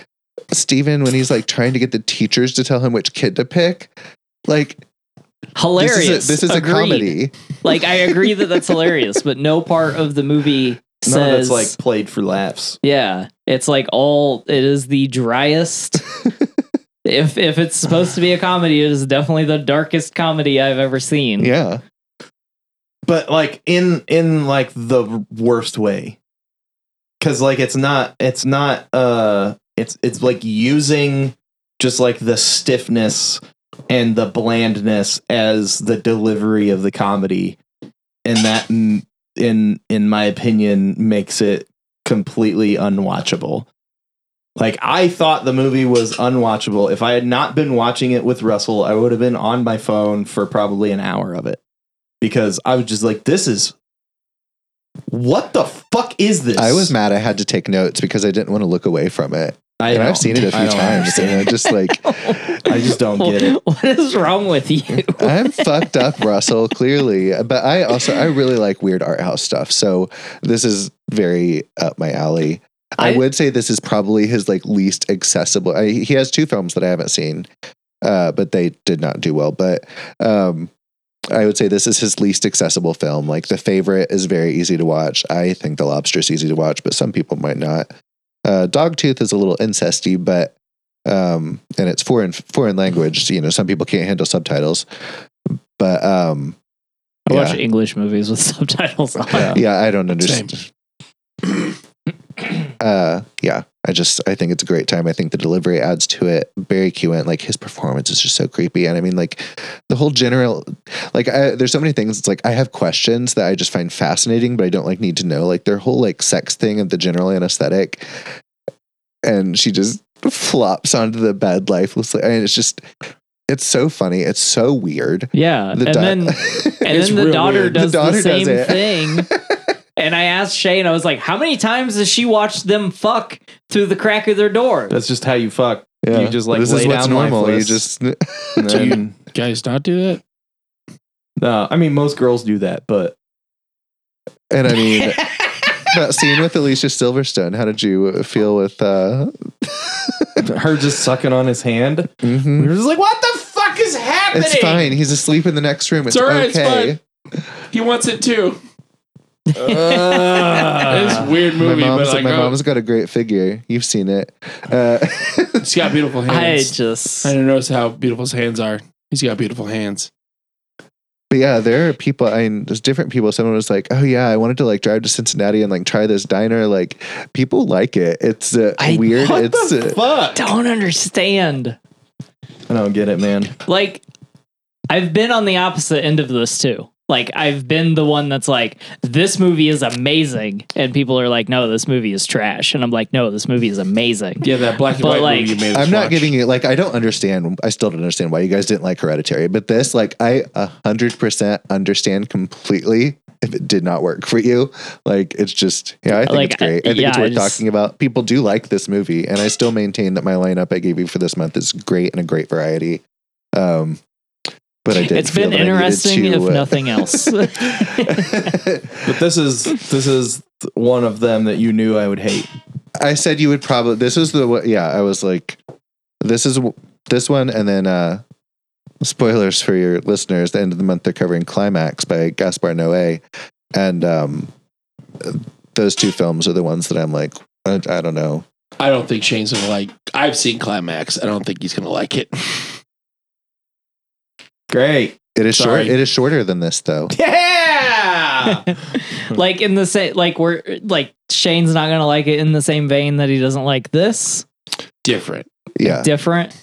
Speaker 4: Steven, when he's like trying to get the teachers to tell him which kid to pick, like this
Speaker 2: hilarious.
Speaker 4: is a, this is a
Speaker 2: Agreed.
Speaker 4: comedy.
Speaker 2: Like I agree that that's hilarious, but no part of the movie says
Speaker 1: none of it's like played for laughs.
Speaker 2: Yeah, it's like all it is the driest. if if it's supposed to be a comedy, it is definitely the darkest comedy I've ever seen.
Speaker 4: Yeah,
Speaker 1: but like in in like the worst way because like it's not it's not uh it's it's like using just like the stiffness and the blandness as the delivery of the comedy and that m- in in my opinion makes it completely unwatchable like i thought the movie was unwatchable if i had not been watching it with russell i would have been on my phone for probably an hour of it because I was just like, this is what the fuck is this?
Speaker 4: I was mad. I had to take notes because I didn't want to look away from it,
Speaker 1: I
Speaker 4: and
Speaker 1: don't-
Speaker 4: I've seen it a
Speaker 1: I
Speaker 4: few
Speaker 1: don't
Speaker 4: times, and I
Speaker 1: understand.
Speaker 4: just like
Speaker 1: I just don't get it.
Speaker 2: What is wrong with you?
Speaker 4: I'm fucked up, Russell, clearly. But I also I really like weird art house stuff. So this is very up my alley. I,
Speaker 2: I-
Speaker 4: would say this is probably his like least accessible. I, he has two films that I haven't seen, uh, but they did not do well. But um, I would say this is his least accessible film. Like The Favorite is very easy to watch. I think The Lobster is easy to watch, but some people might not. Uh, Dogtooth is a little incesty, but um, and it's foreign foreign language. You know, some people can't handle subtitles. But um,
Speaker 2: I watch
Speaker 4: Yeah.
Speaker 2: English movies with subtitles on.
Speaker 4: Yeah, I don't understand. uh, yeah, I just I think it's a great time. I think the delivery adds to it. Barry Kewen, like his performance is just so creepy, and I mean like the whole general, like I, there's so many things. It's like I have questions that I just find fascinating, but I don't like need to know. Like their whole like sex thing of the general anesthetic, and she just flops onto the bed lifelessly. I mean, it's just it's so funny. It's so weird.
Speaker 1: Uh,
Speaker 2: Yeah, and
Speaker 4: The di-
Speaker 2: then and
Speaker 3: It's
Speaker 2: then the
Speaker 3: real
Speaker 2: daughter
Speaker 3: weird.
Speaker 4: The
Speaker 2: does the,
Speaker 4: daughter does
Speaker 2: same
Speaker 4: it.
Speaker 2: thing. and I asked Shane, I was like, "How many times has she watched them fuck through the crack of their door?"
Speaker 1: That's just how you fuck. You just like
Speaker 4: this
Speaker 1: lay
Speaker 4: is what's
Speaker 1: down
Speaker 4: normal.
Speaker 1: lifeless.
Speaker 4: You just
Speaker 1: And
Speaker 3: So you-
Speaker 1: then-
Speaker 3: Guys, not do that.
Speaker 1: no, I mean most girls do that, but
Speaker 4: and I mean. that scene with Alicia Silverstone. How did you feel with? uh
Speaker 1: her just sucking on his hand.
Speaker 4: mhm.
Speaker 1: You're just like, what the fuck is happening?
Speaker 4: It's fine. He's asleep in the next room. It's,
Speaker 3: It's all right, it's
Speaker 4: okay.
Speaker 3: He wants it too. it's a
Speaker 1: Ugh.
Speaker 3: weird
Speaker 4: my
Speaker 3: movie,
Speaker 4: mom's
Speaker 3: but like,
Speaker 4: my
Speaker 3: oh,
Speaker 4: mom's got a great figure. You've seen it. Uh,
Speaker 3: he's got beautiful
Speaker 2: I
Speaker 3: hands.
Speaker 2: just
Speaker 3: I didn't notice how beautiful his hands are. He's got beautiful hands.
Speaker 4: but yeah, there are people. I mean, there's different people. Someone was like, "Oh yeah, I wanted to like drive to Cincinnati and like try this diner." Like people like it. It's uh,
Speaker 2: I-
Speaker 4: weird.
Speaker 1: What
Speaker 4: it's
Speaker 1: the
Speaker 4: uh,
Speaker 1: fuck?
Speaker 2: don't understand.
Speaker 1: I don't get it, man.
Speaker 2: Like, I've been on the opposite end of this too. Like, I've been the one that's like, "This movie is amazing," and people are like, "No, this movie is trash," and I'm like, "No, this movie is amazing."
Speaker 3: Yeah, that black and
Speaker 2: But,
Speaker 3: white
Speaker 2: like,
Speaker 3: movie you made. us
Speaker 4: I'm not
Speaker 3: watch.
Speaker 4: giving you like I don't understand. I still don't understand why you guys didn't like Hereditary, but this like I a hundred percent understand completely. If it did not work for you, like it's just yeah, I think
Speaker 2: Like,
Speaker 4: it's great. I,
Speaker 2: I-
Speaker 4: think it's
Speaker 2: yeah, I
Speaker 4: worth
Speaker 2: just-
Speaker 4: talking about. People do like this movie, and I still maintain that my lineup I gave you for this month is great and a great variety. Um, but I did.
Speaker 2: It's been
Speaker 4: feel that I needed uh,
Speaker 2: interesting,
Speaker 4: to,
Speaker 2: if
Speaker 4: uh,
Speaker 2: nothing else.
Speaker 1: But this is this is one of them that you knew I would hate.
Speaker 4: I said you would probably. This is the one- yeah. I was like, this is w- this one, and then uh spoilers for your listeners. The end of the month, they're covering Climax by Gaspar Noé, and um those two films are the ones that I'm like, I, I don't know.
Speaker 3: I don't think Shane's gonna like. I've seen Climax. I don't think he's gonna like it.
Speaker 1: Great.
Speaker 4: It is short.
Speaker 3: Sorry.
Speaker 4: It is shorter than this though.
Speaker 1: Yeah.
Speaker 2: like in the same, like we're like Shane's not gonna like it in the same vein that he doesn't like this.
Speaker 3: Different.
Speaker 4: Yeah,
Speaker 2: Different.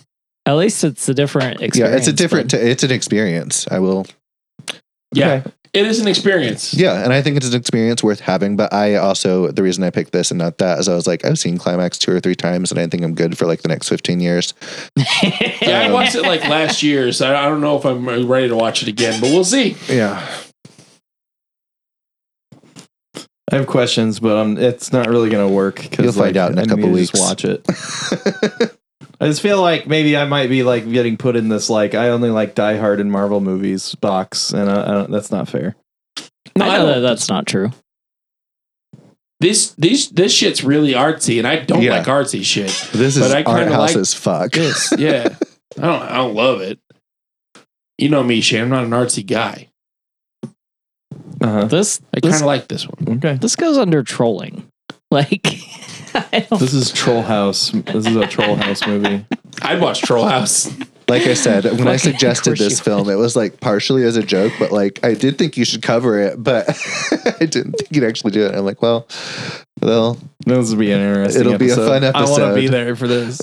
Speaker 2: At least it's a different experience.
Speaker 4: yeah. It's a different. T- it's an experience. I will.
Speaker 3: Yeah,
Speaker 1: Okay.
Speaker 3: it is an experience.
Speaker 4: Yeah, and I think it's an experience worth having. But I also the reason I picked this and not that is I was like I've seen Climax two or three times, and I think I'm good for like the next fifteen years.
Speaker 3: Yeah, I watched it like last year, so I I don't know if I'm ready to watch it again, but we'll see.
Speaker 4: Yeah.
Speaker 1: I have questions, but um, it's not really gonna work. 'cause,
Speaker 4: You'll
Speaker 1: like,
Speaker 4: find out in a
Speaker 1: I need
Speaker 4: couple
Speaker 1: to just
Speaker 4: weeks.
Speaker 1: watch it. I just feel like maybe I might be like getting put in this like I only like Die Hard and Marvel movies box, and I, I don't, that's not fair.
Speaker 2: I know
Speaker 3: don't-
Speaker 2: that that's not true.
Speaker 3: This this this shit's really artsy, and I don't
Speaker 4: Yeah.
Speaker 3: like artsy shit.
Speaker 4: This is
Speaker 3: But I
Speaker 4: art
Speaker 3: kinda
Speaker 4: house
Speaker 3: like
Speaker 4: as fuck.
Speaker 3: This, yeah, I don't I don't love it. You know me, Shane. I'm not an artsy guy.
Speaker 1: Uh-huh.
Speaker 2: This
Speaker 3: I kind
Speaker 2: this,
Speaker 3: of like this one.
Speaker 1: Okay.
Speaker 2: this goes under trolling. Like I don't
Speaker 1: This is Troll House. This is a Troll House movie.
Speaker 3: I'd watch Troll House.
Speaker 4: Like I said, when I
Speaker 2: Fucking-
Speaker 4: suggested
Speaker 2: of course
Speaker 4: this
Speaker 2: you
Speaker 4: film, it was like partially as a joke, but like I did think you should cover it, but I didn't think you'd actually do it. I'm like, well, well,
Speaker 1: This will be an interesting.
Speaker 4: It'll be a fun
Speaker 1: I want
Speaker 4: episode.
Speaker 1: to be there for this.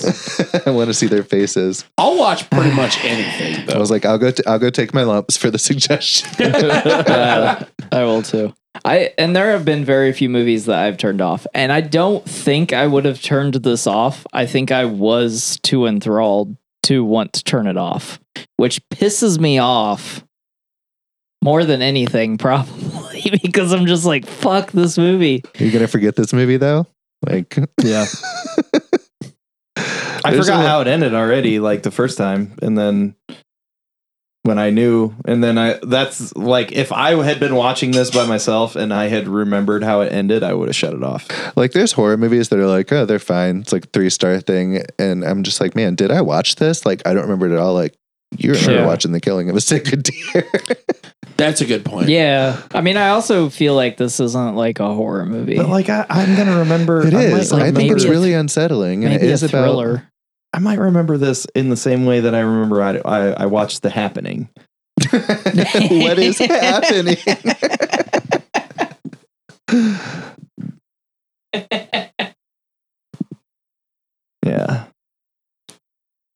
Speaker 4: I want to see their faces.
Speaker 3: I'll watch pretty much anything
Speaker 4: I
Speaker 3: though.
Speaker 4: was like, I'll go, t- I'll go take my lumps for the suggestion.
Speaker 2: Uh, I will too. I and there have been very few movies that I've turned off, and I don't think I would have turned this off. I think I was too enthralled to want to turn it off, which pisses me off more than anything, probably because I'm just like, fuck this movie.
Speaker 4: You're gonna forget this movie though. Like,
Speaker 1: Yeah. I
Speaker 4: There's
Speaker 1: forgot
Speaker 4: a-
Speaker 1: how it ended already, like the first time, and then when I knew, and then I that's like if I had been watching this by myself and I had remembered how it ended, I would have shut it off.
Speaker 4: like there's horror movies that are like, oh, they're fine. It's like three star thing, and I'm just like, man, did I watch this? Like, I don't remember it at all. Like, you remember
Speaker 2: Yeah.
Speaker 4: watching The Killing of a Sacred Deer?
Speaker 3: That's a good point.
Speaker 2: Yeah, I mean, I also feel like this isn't like a horror movie.
Speaker 1: But like I, I'm gonna remember.
Speaker 4: It
Speaker 1: I
Speaker 4: is.
Speaker 1: Might
Speaker 2: like,
Speaker 4: I think
Speaker 1: remember,
Speaker 4: it's
Speaker 2: maybe a-
Speaker 4: really unsettling, and it
Speaker 2: Maybe a
Speaker 4: is about.
Speaker 2: thriller.
Speaker 1: I might remember this in the same way that I remember I I, I watched The Happening.
Speaker 4: what is happening?
Speaker 1: Yeah.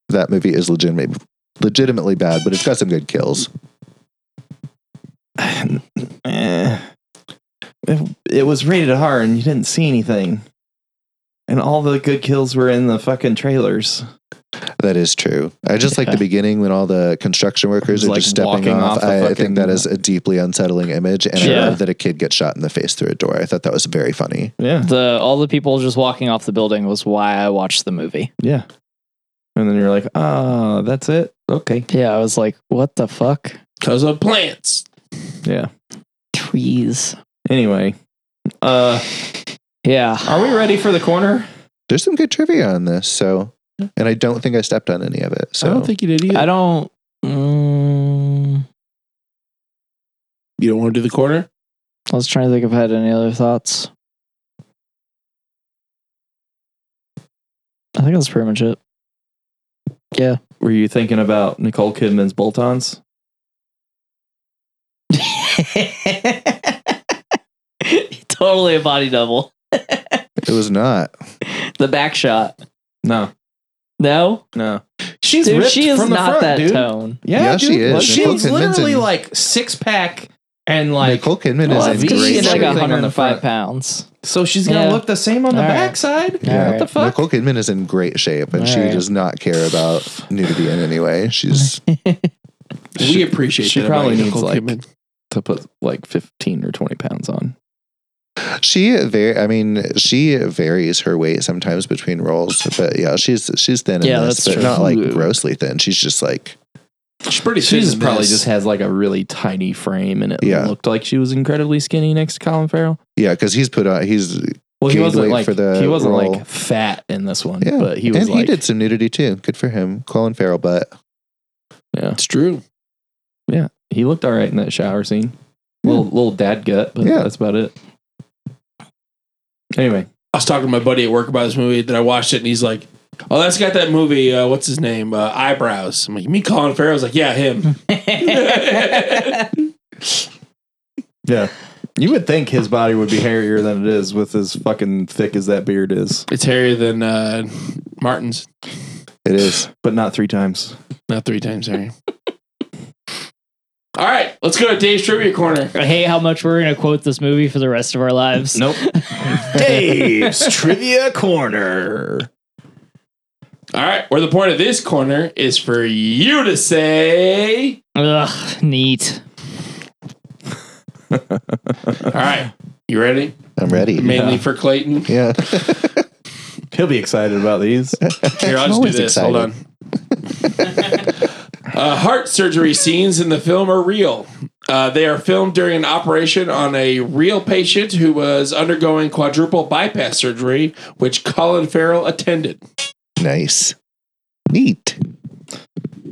Speaker 4: that movie is legitimate, legitimately bad, but it's got some good kills.
Speaker 1: Eh. It, it was rated R and you didn't see anything. And all the good kills were in the fucking trailers.
Speaker 4: That is true. I just like
Speaker 1: Yeah.
Speaker 4: the beginning when all the construction workers
Speaker 1: Just,
Speaker 4: are
Speaker 1: like,
Speaker 4: just stepping
Speaker 1: walking
Speaker 4: off.
Speaker 1: off the
Speaker 4: I, I
Speaker 1: fucking-
Speaker 4: think that is a deeply unsettling image, and
Speaker 2: Sure.
Speaker 4: I love that a kid gets shot in the face through a door. I thought that was very funny.
Speaker 1: Yeah.
Speaker 2: the all the people just walking off the building was why I watched the movie.
Speaker 1: Yeah. And then you're like, ah, that's it. Okay.
Speaker 2: Yeah, I was like, what the fuck?
Speaker 3: Because of plants.
Speaker 1: Yeah.
Speaker 2: Trees.
Speaker 1: Anyway. Uh
Speaker 2: Yeah.
Speaker 1: are we ready for the corner?
Speaker 4: There's some good trivia on this, so and I don't think I stepped on any of it. So
Speaker 3: I don't think you did either.
Speaker 2: I don't. Mm,
Speaker 3: you don't want to do the corner?
Speaker 2: I was trying to think if I had any other thoughts. I think that's pretty much it.
Speaker 1: Were you thinking about Nicole Kidman's bolt-ons?
Speaker 2: totally a body double.
Speaker 4: it was not.
Speaker 2: The back shot.
Speaker 1: No.
Speaker 2: No,
Speaker 1: No. She's
Speaker 2: dude,
Speaker 1: ripped
Speaker 2: she is
Speaker 1: from the
Speaker 2: not
Speaker 1: front,
Speaker 2: that
Speaker 1: dude.
Speaker 2: tone.
Speaker 1: Yeah,
Speaker 4: Yeah,
Speaker 1: dude,
Speaker 4: she is.
Speaker 1: like,
Speaker 4: She's
Speaker 1: She's
Speaker 4: convincing.
Speaker 1: literally like six pack and like
Speaker 4: Nicole Kidman
Speaker 1: well,
Speaker 4: is
Speaker 1: that's
Speaker 4: in
Speaker 2: 'Cause
Speaker 1: Great
Speaker 2: she's
Speaker 4: great
Speaker 2: Oh, like
Speaker 1: everything on the
Speaker 2: 105
Speaker 1: front.
Speaker 2: pounds.
Speaker 1: so she's gonna
Speaker 2: Yeah.
Speaker 1: look the same on the
Speaker 2: All right.
Speaker 1: backside. What
Speaker 4: Yeah.
Speaker 1: the
Speaker 2: Alright.
Speaker 1: fuck?
Speaker 4: Nicole Kidman is in great shape, and she
Speaker 2: Alright.
Speaker 4: does not care about nudity in any way. She's
Speaker 3: we appreciate
Speaker 1: she
Speaker 3: that about
Speaker 1: probably
Speaker 3: you,
Speaker 1: needs,
Speaker 3: Nicole
Speaker 1: like-
Speaker 3: Kidman.
Speaker 1: to put like fifteen or twenty pounds on.
Speaker 4: she very. I mean, she varies her weight sometimes between roles, but yeah, she's she's thin.
Speaker 2: Yeah,
Speaker 4: in this,
Speaker 2: that's
Speaker 4: but
Speaker 2: true.
Speaker 4: not like grossly thin. She's just like
Speaker 3: She's pretty
Speaker 1: She
Speaker 3: thin
Speaker 1: just
Speaker 3: in
Speaker 1: probably
Speaker 3: this.
Speaker 1: just has like a really tiny frame, and it
Speaker 4: Yeah.
Speaker 1: looked like she was incredibly skinny next to Colin Farrell.
Speaker 4: yeah, because he's put on he's
Speaker 1: Well, he
Speaker 4: Gained
Speaker 1: wasn't
Speaker 4: weight
Speaker 1: like
Speaker 4: for the
Speaker 1: he wasn't
Speaker 4: role.
Speaker 1: like fat in this one,
Speaker 4: Yeah.
Speaker 1: but he was
Speaker 4: and
Speaker 1: like
Speaker 4: he did some nudity too. Good for him, Colin Farrell. But
Speaker 3: It's true.
Speaker 1: he looked all right in that shower scene. Little little dad gut, but
Speaker 4: Yeah.
Speaker 1: that's about it. Anyway,
Speaker 3: I was talking to my buddy at work about this movie that I watched it, and he's like, "Oh, that's got that movie. Uh, what's his name? Uh, Eyebrows." I'm like, "You mean Colin Farrell's?" Like, "Yeah, him."
Speaker 1: yeah, you would think his body would be hairier than it is with as fucking thick as that beard is,
Speaker 3: It's hairier than uh, Martin's.
Speaker 4: it is
Speaker 1: but not three times.
Speaker 3: Not three times hairier. All right, let's go to Dave's trivia corner.
Speaker 2: I hate how much we're gonna quote this movie for the rest of our lives.
Speaker 1: Nope. Dave's trivia corner.
Speaker 3: All right, where the point of this corner is for you to say.
Speaker 2: Ugh, neat.
Speaker 3: All right, you ready?
Speaker 4: I'm ready.
Speaker 3: Mainly for Clayton.
Speaker 4: Yeah,
Speaker 1: He'll be excited about these.
Speaker 3: Here, I'll just
Speaker 4: I'm
Speaker 3: do
Speaker 4: always
Speaker 3: this. Hold on. uh, heart surgery scenes in the film are real. Uh, they are filmed during an operation on a real patient who was undergoing quadruple bypass surgery, which Colin Farrell attended.
Speaker 4: nice, neat.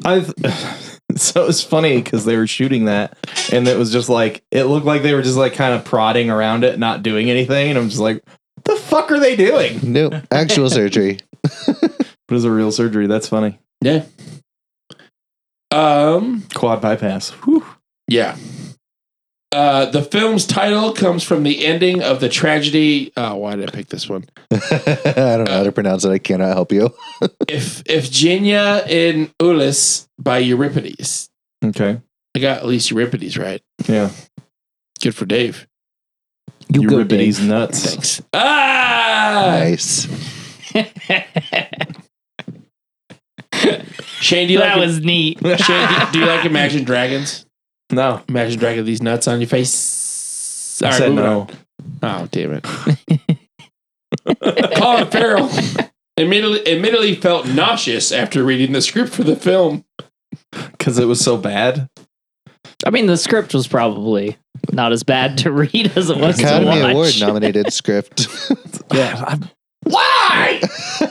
Speaker 1: I've so it's funny because they were shooting that, and it was just like it looked like they were just like kind of prodding around it, not doing anything, and I'm just like, "What the fuck are they doing?
Speaker 4: Nope, actual surgery.
Speaker 1: But it's a real surgery. That's funny.
Speaker 3: Yeah. Um.
Speaker 1: Quad bypass. Whew.
Speaker 3: Yeah. Uh, the film's title comes from the ending of the tragedy. Oh, why did I pick this one?
Speaker 4: I don't know how to pronounce it. I cannot help you.
Speaker 3: If Iphigenia in Ulyss by Euripides.
Speaker 1: Okay.
Speaker 3: I got at least Euripides right.
Speaker 1: Yeah.
Speaker 3: Good for Dave.
Speaker 1: You Euripides nuts.
Speaker 3: Thanks. Ah,
Speaker 4: Nice.
Speaker 3: Shane, do you
Speaker 2: that
Speaker 3: like
Speaker 2: was neat.
Speaker 3: Shane, do, do you like Imagine Dragons?
Speaker 1: No.
Speaker 3: Imagine Dragon these nuts on your face.
Speaker 1: I
Speaker 3: All right,
Speaker 1: said
Speaker 3: moving
Speaker 1: no.
Speaker 3: on. Oh damn it! Colin Farrell admittedly, admittedly felt nauseous after reading the script for the film.
Speaker 1: because it was so bad.
Speaker 2: I mean, the script was probably not as bad to read as it was to
Speaker 4: Academy
Speaker 2: watch.
Speaker 4: Award nominated script.
Speaker 1: Yeah. I-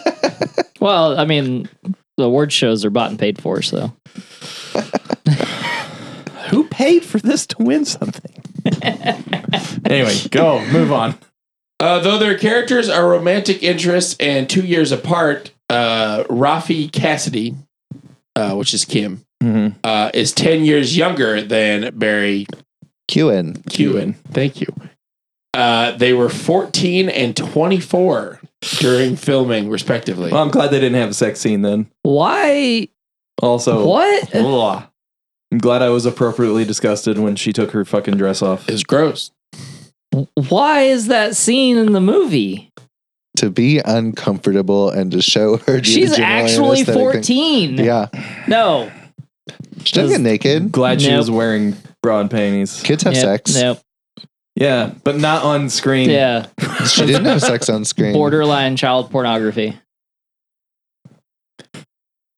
Speaker 3: Why?
Speaker 2: Well, I mean, the award shows are bought and paid for, so
Speaker 1: who paid for this to win something? anyway, go move on.
Speaker 3: Uh, though their characters are romantic interests and two years apart, uh, Rafi Cassidy, uh, which is Kim,
Speaker 1: Mm-hmm.
Speaker 3: uh, is 10 years younger than Barry
Speaker 4: Kewen.
Speaker 3: Cuban. Thank you. Uh, they were 14 and 24 during filming, respectively.
Speaker 1: Well, I'm glad they didn't have a sex scene then.
Speaker 2: Why?
Speaker 1: Also,
Speaker 2: What?
Speaker 1: Ugh. Eh. I'm glad I was appropriately disgusted when she took her fucking dress off.
Speaker 3: It was gross.
Speaker 2: Why is that scene in the movie?
Speaker 4: to be uncomfortable and to show her.
Speaker 2: She's
Speaker 4: genitalian
Speaker 2: actually
Speaker 4: aesthetic thing.
Speaker 2: 14.
Speaker 4: Yeah,
Speaker 2: No.
Speaker 4: she doesn't get naked.
Speaker 1: Glad she
Speaker 2: Nope.
Speaker 1: was wearing bra and panties.
Speaker 4: Kids have
Speaker 2: Yep,
Speaker 4: sex.
Speaker 2: Nope.
Speaker 1: Yeah, but not on screen.
Speaker 2: Yeah.
Speaker 4: She didn't have sex on screen.
Speaker 2: Borderline child pornography.
Speaker 3: Are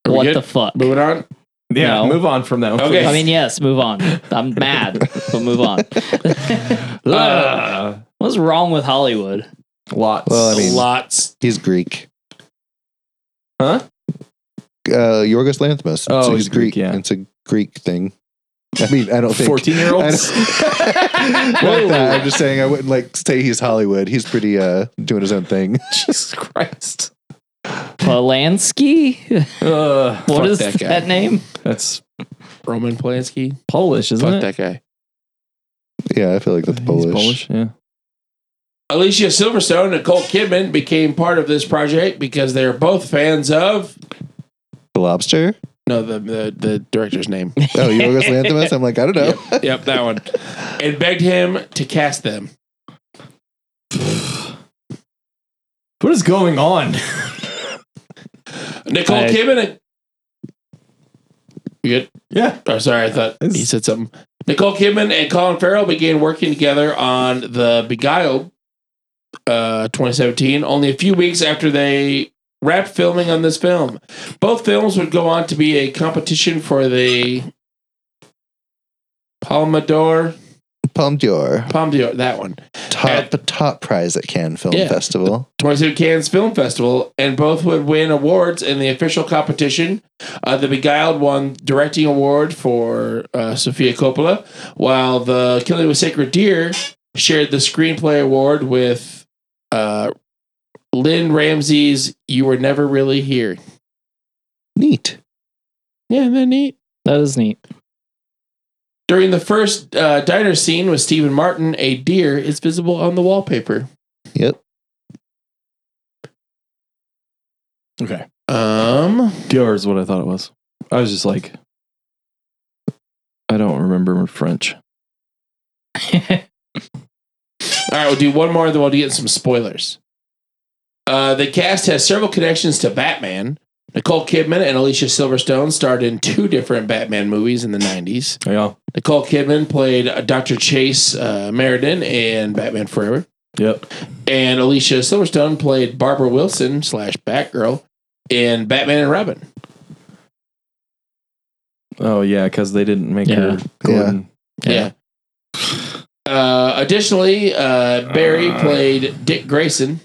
Speaker 3: we
Speaker 2: What
Speaker 3: good?
Speaker 2: the fuck?
Speaker 3: Moving on.
Speaker 1: Yeah,
Speaker 2: No.
Speaker 1: move on from that one.
Speaker 3: Okay.
Speaker 2: I mean, yes, move on. I'm mad, but move on. Uh,
Speaker 1: Ugh.
Speaker 2: What's wrong with Hollywood?
Speaker 1: lots.
Speaker 4: Well, I mean-
Speaker 3: Uh, Lots.
Speaker 4: He's Greek.
Speaker 1: Huh?
Speaker 4: Uh, Yorgos Lanthimos.
Speaker 1: Oh,
Speaker 4: So
Speaker 1: he's Greek, yeah.
Speaker 4: It's a Greek thing. I mean, I don't think
Speaker 1: 14 year olds?
Speaker 4: Not that. I'm just saying I wouldn't like say he's Hollywood. He's pretty uh doing his own thing.
Speaker 1: Jesus Christ.
Speaker 2: Polanski?
Speaker 1: Ugh,
Speaker 2: What
Speaker 3: Fuck
Speaker 2: is
Speaker 3: that
Speaker 2: that,
Speaker 3: guy.
Speaker 2: name?
Speaker 1: that's
Speaker 3: Roman Polanski.
Speaker 1: Polish, isn't
Speaker 3: Fuck
Speaker 1: it?
Speaker 3: that guy.
Speaker 4: Yeah, I feel like that's
Speaker 1: He's
Speaker 4: Polish.
Speaker 1: yeah.
Speaker 3: Alicia Silverstone and Cole Kidman became part of this project because they're both fans of
Speaker 4: The lobster?
Speaker 3: no the the, the director's name.
Speaker 4: Oh, Yorgos Lanthimos? I'm like, I don't know.
Speaker 3: yep, yep, that one. And begged him to cast them.
Speaker 1: What is going on?
Speaker 3: Nicole
Speaker 2: I-
Speaker 3: Kidman. And, you good?
Speaker 1: yeah.
Speaker 3: Oh, sorry, I thought
Speaker 1: It's-
Speaker 3: he said something. Nicole Kidman and Colin Farrell began working together on The Beguiled, uh, 2017, only a few weeks after they wrapped filming on this film. Both films would go on to be a competition for the Palme d'Or,
Speaker 4: Palme d'Or.
Speaker 3: Palme d'Or, that one,
Speaker 4: Top top prize at Cannes Film
Speaker 3: Yeah.
Speaker 4: Festival.
Speaker 3: 22 Cannes Film Festival, and both would win awards in the official competition. Uh, the Beguiled won directing award for uh, Sofia Coppola, while the Killing of a Sacred Deer shared the screenplay award with uh, Lynn Ramsey's "You Were Never Really Here."
Speaker 4: Neat.
Speaker 3: Yeah, isn't that neat.
Speaker 2: That is neat.
Speaker 3: During the first uh, diner scene with Stephen Martin, a deer is visible on the wallpaper.
Speaker 4: Yep.
Speaker 1: Okay.
Speaker 3: Um,
Speaker 1: Dior is what I thought it was. I was just like, I don't remember French.
Speaker 3: All right, we'll do one more, then we'll get some spoilers. Uh, the cast has several connections to Batman. Nicole Kidman and Alicia Silverstone starred in two different Batman movies in the 90s.
Speaker 1: Yeah.
Speaker 3: Nicole Kidman played uh, Dr. Chase uh, Meriden in Batman Forever.
Speaker 1: Yep.
Speaker 3: And Alicia Silverstone played Barbara Wilson slash Batgirl in Batman and Robin.
Speaker 1: Oh, yeah, because they didn't make her
Speaker 2: Yeah.
Speaker 1: gluten.
Speaker 3: Yeah. Uh, additionally, uh, Barry played Dick Grayson,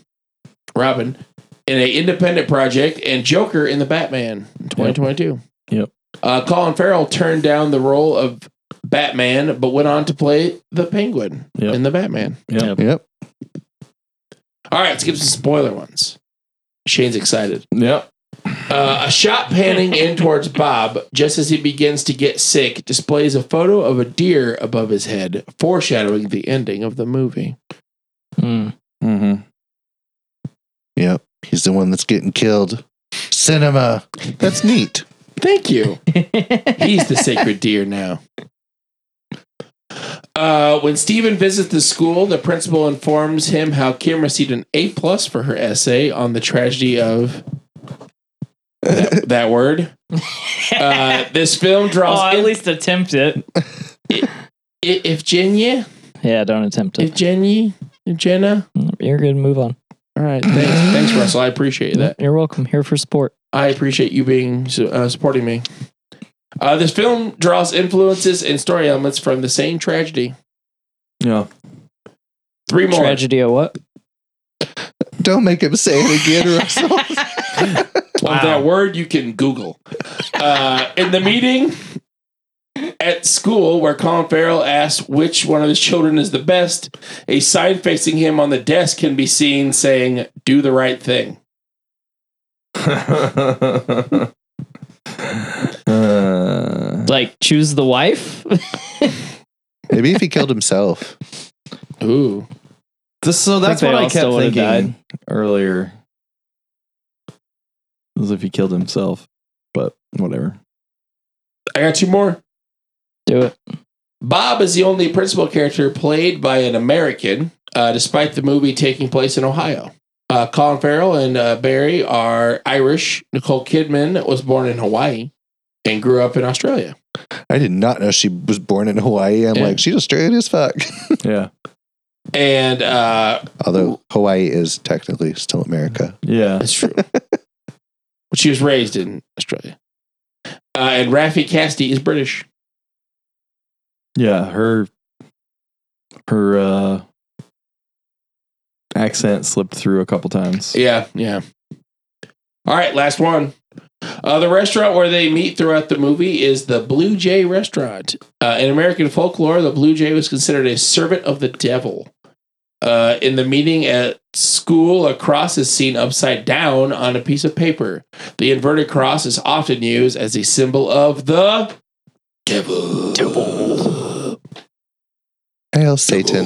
Speaker 3: Robin, in an independent project, and Joker in the Batman in 2022.
Speaker 1: Yep.
Speaker 3: Uh, Colin Farrell turned down the role of Batman, but went on to play the Penguin
Speaker 1: Yep.
Speaker 3: in the Batman.
Speaker 1: Yep.
Speaker 4: Yep.
Speaker 3: All right, let's give some spoiler ones. Shane's excited.
Speaker 1: Yep.
Speaker 3: Uh, a shot panning in towards Bob just as he begins to get sick displays a photo of a deer above his head, foreshadowing the ending of the movie.
Speaker 2: Mm.
Speaker 1: Mm-hmm.
Speaker 4: Yep. He's the one that's getting killed. Cinema. That's neat.
Speaker 3: Thank you. He's the sacred deer now. Uh, when Steven visits the school, the principal informs him how Kim received an A plus for her essay on the tragedy of that, that word. Uh, this film draws
Speaker 2: oh, at
Speaker 3: in-
Speaker 2: least attempt it.
Speaker 3: I- if Jenya,
Speaker 2: Yeah, don't attempt
Speaker 3: if
Speaker 2: it.
Speaker 3: Jenny, if Jenna.
Speaker 2: You're good. Move on.
Speaker 3: All right, thanks, thanks, Russell. I appreciate that.
Speaker 2: You're welcome. Here for support.
Speaker 3: I appreciate you being uh, supporting me. Uh, this film draws influences and story elements from the same tragedy.
Speaker 1: Yeah.
Speaker 3: Three more.
Speaker 2: Tragedy of what?
Speaker 4: Don't make him say it again, Russell.
Speaker 3: of that word you can Google. Uh, in the meeting at school where Colin Farrell asks which one of his children is the best, a sign facing him on the desk can be seen saying, Do the right thing.
Speaker 1: uh,
Speaker 2: like choose the wife.
Speaker 4: Maybe if he killed himself.
Speaker 3: Ooh.
Speaker 1: This, so that's
Speaker 2: they
Speaker 1: what I
Speaker 2: all
Speaker 1: kept
Speaker 2: still would've
Speaker 1: thinking
Speaker 2: died.
Speaker 1: earlier. As if he killed himself, but whatever.
Speaker 3: I got two more.
Speaker 2: Do it.
Speaker 3: Bob is the only principal character played by an American, uh, despite the movie taking place in Ohio. Uh, Colin Farrell and uh, Barry are Irish. Nicole Kidman was born in Hawaii and grew up in Australia.
Speaker 4: I did not know she was born in Hawaii. I'm
Speaker 3: Yeah.
Speaker 4: like, she's Australian as fuck.
Speaker 1: Yeah.
Speaker 3: And uh,
Speaker 4: Although Hawaii is technically still America.
Speaker 1: Yeah.
Speaker 3: That's true. But she was raised in Australia. Uh, and Rafi Casti is British.
Speaker 1: Yeah. Her her uh accent slipped through a couple times.
Speaker 3: Yeah, yeah. All right, last one. Uh, the restaurant where they meet throughout the movie is the Blue Jay Restaurant. Uh, in American folklore, the Blue Jay was considered a servant of the devil. Uh, in the meeting at school, a cross is seen upside down on a piece of paper. The inverted cross is often used as a symbol of the devil. Devil.
Speaker 4: Hail Satan.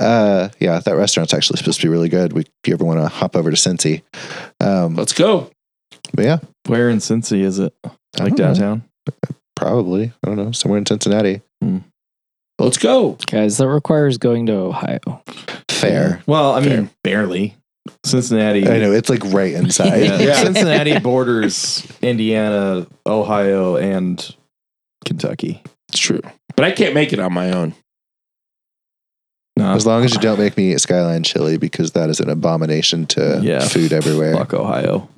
Speaker 4: Uh, yeah, that restaurant's actually supposed to be really good. We, if you ever want to hop over to Cincy. Um,
Speaker 3: Let's go.
Speaker 4: but yeah,
Speaker 1: Where in Cincy is it?
Speaker 4: I
Speaker 1: Like
Speaker 4: don't know.
Speaker 1: downtown?
Speaker 4: probably. I don't know. Somewhere in Cincinnati.
Speaker 3: Let's go.
Speaker 2: Guys, that requires going to Ohio.
Speaker 4: Fair.
Speaker 1: Well, I mean barely. Cincinnati.
Speaker 4: I know. It's like right inside.
Speaker 1: Yeah.
Speaker 3: Yeah.
Speaker 1: Cincinnati borders Indiana, Ohio, and Kentucky.
Speaker 3: It's true. But I can't make it on my own.
Speaker 1: No,
Speaker 4: As long as you don't make me eat Skyline chili because that is an abomination to
Speaker 1: Yeah.
Speaker 4: food everywhere.
Speaker 1: fuck Ohio.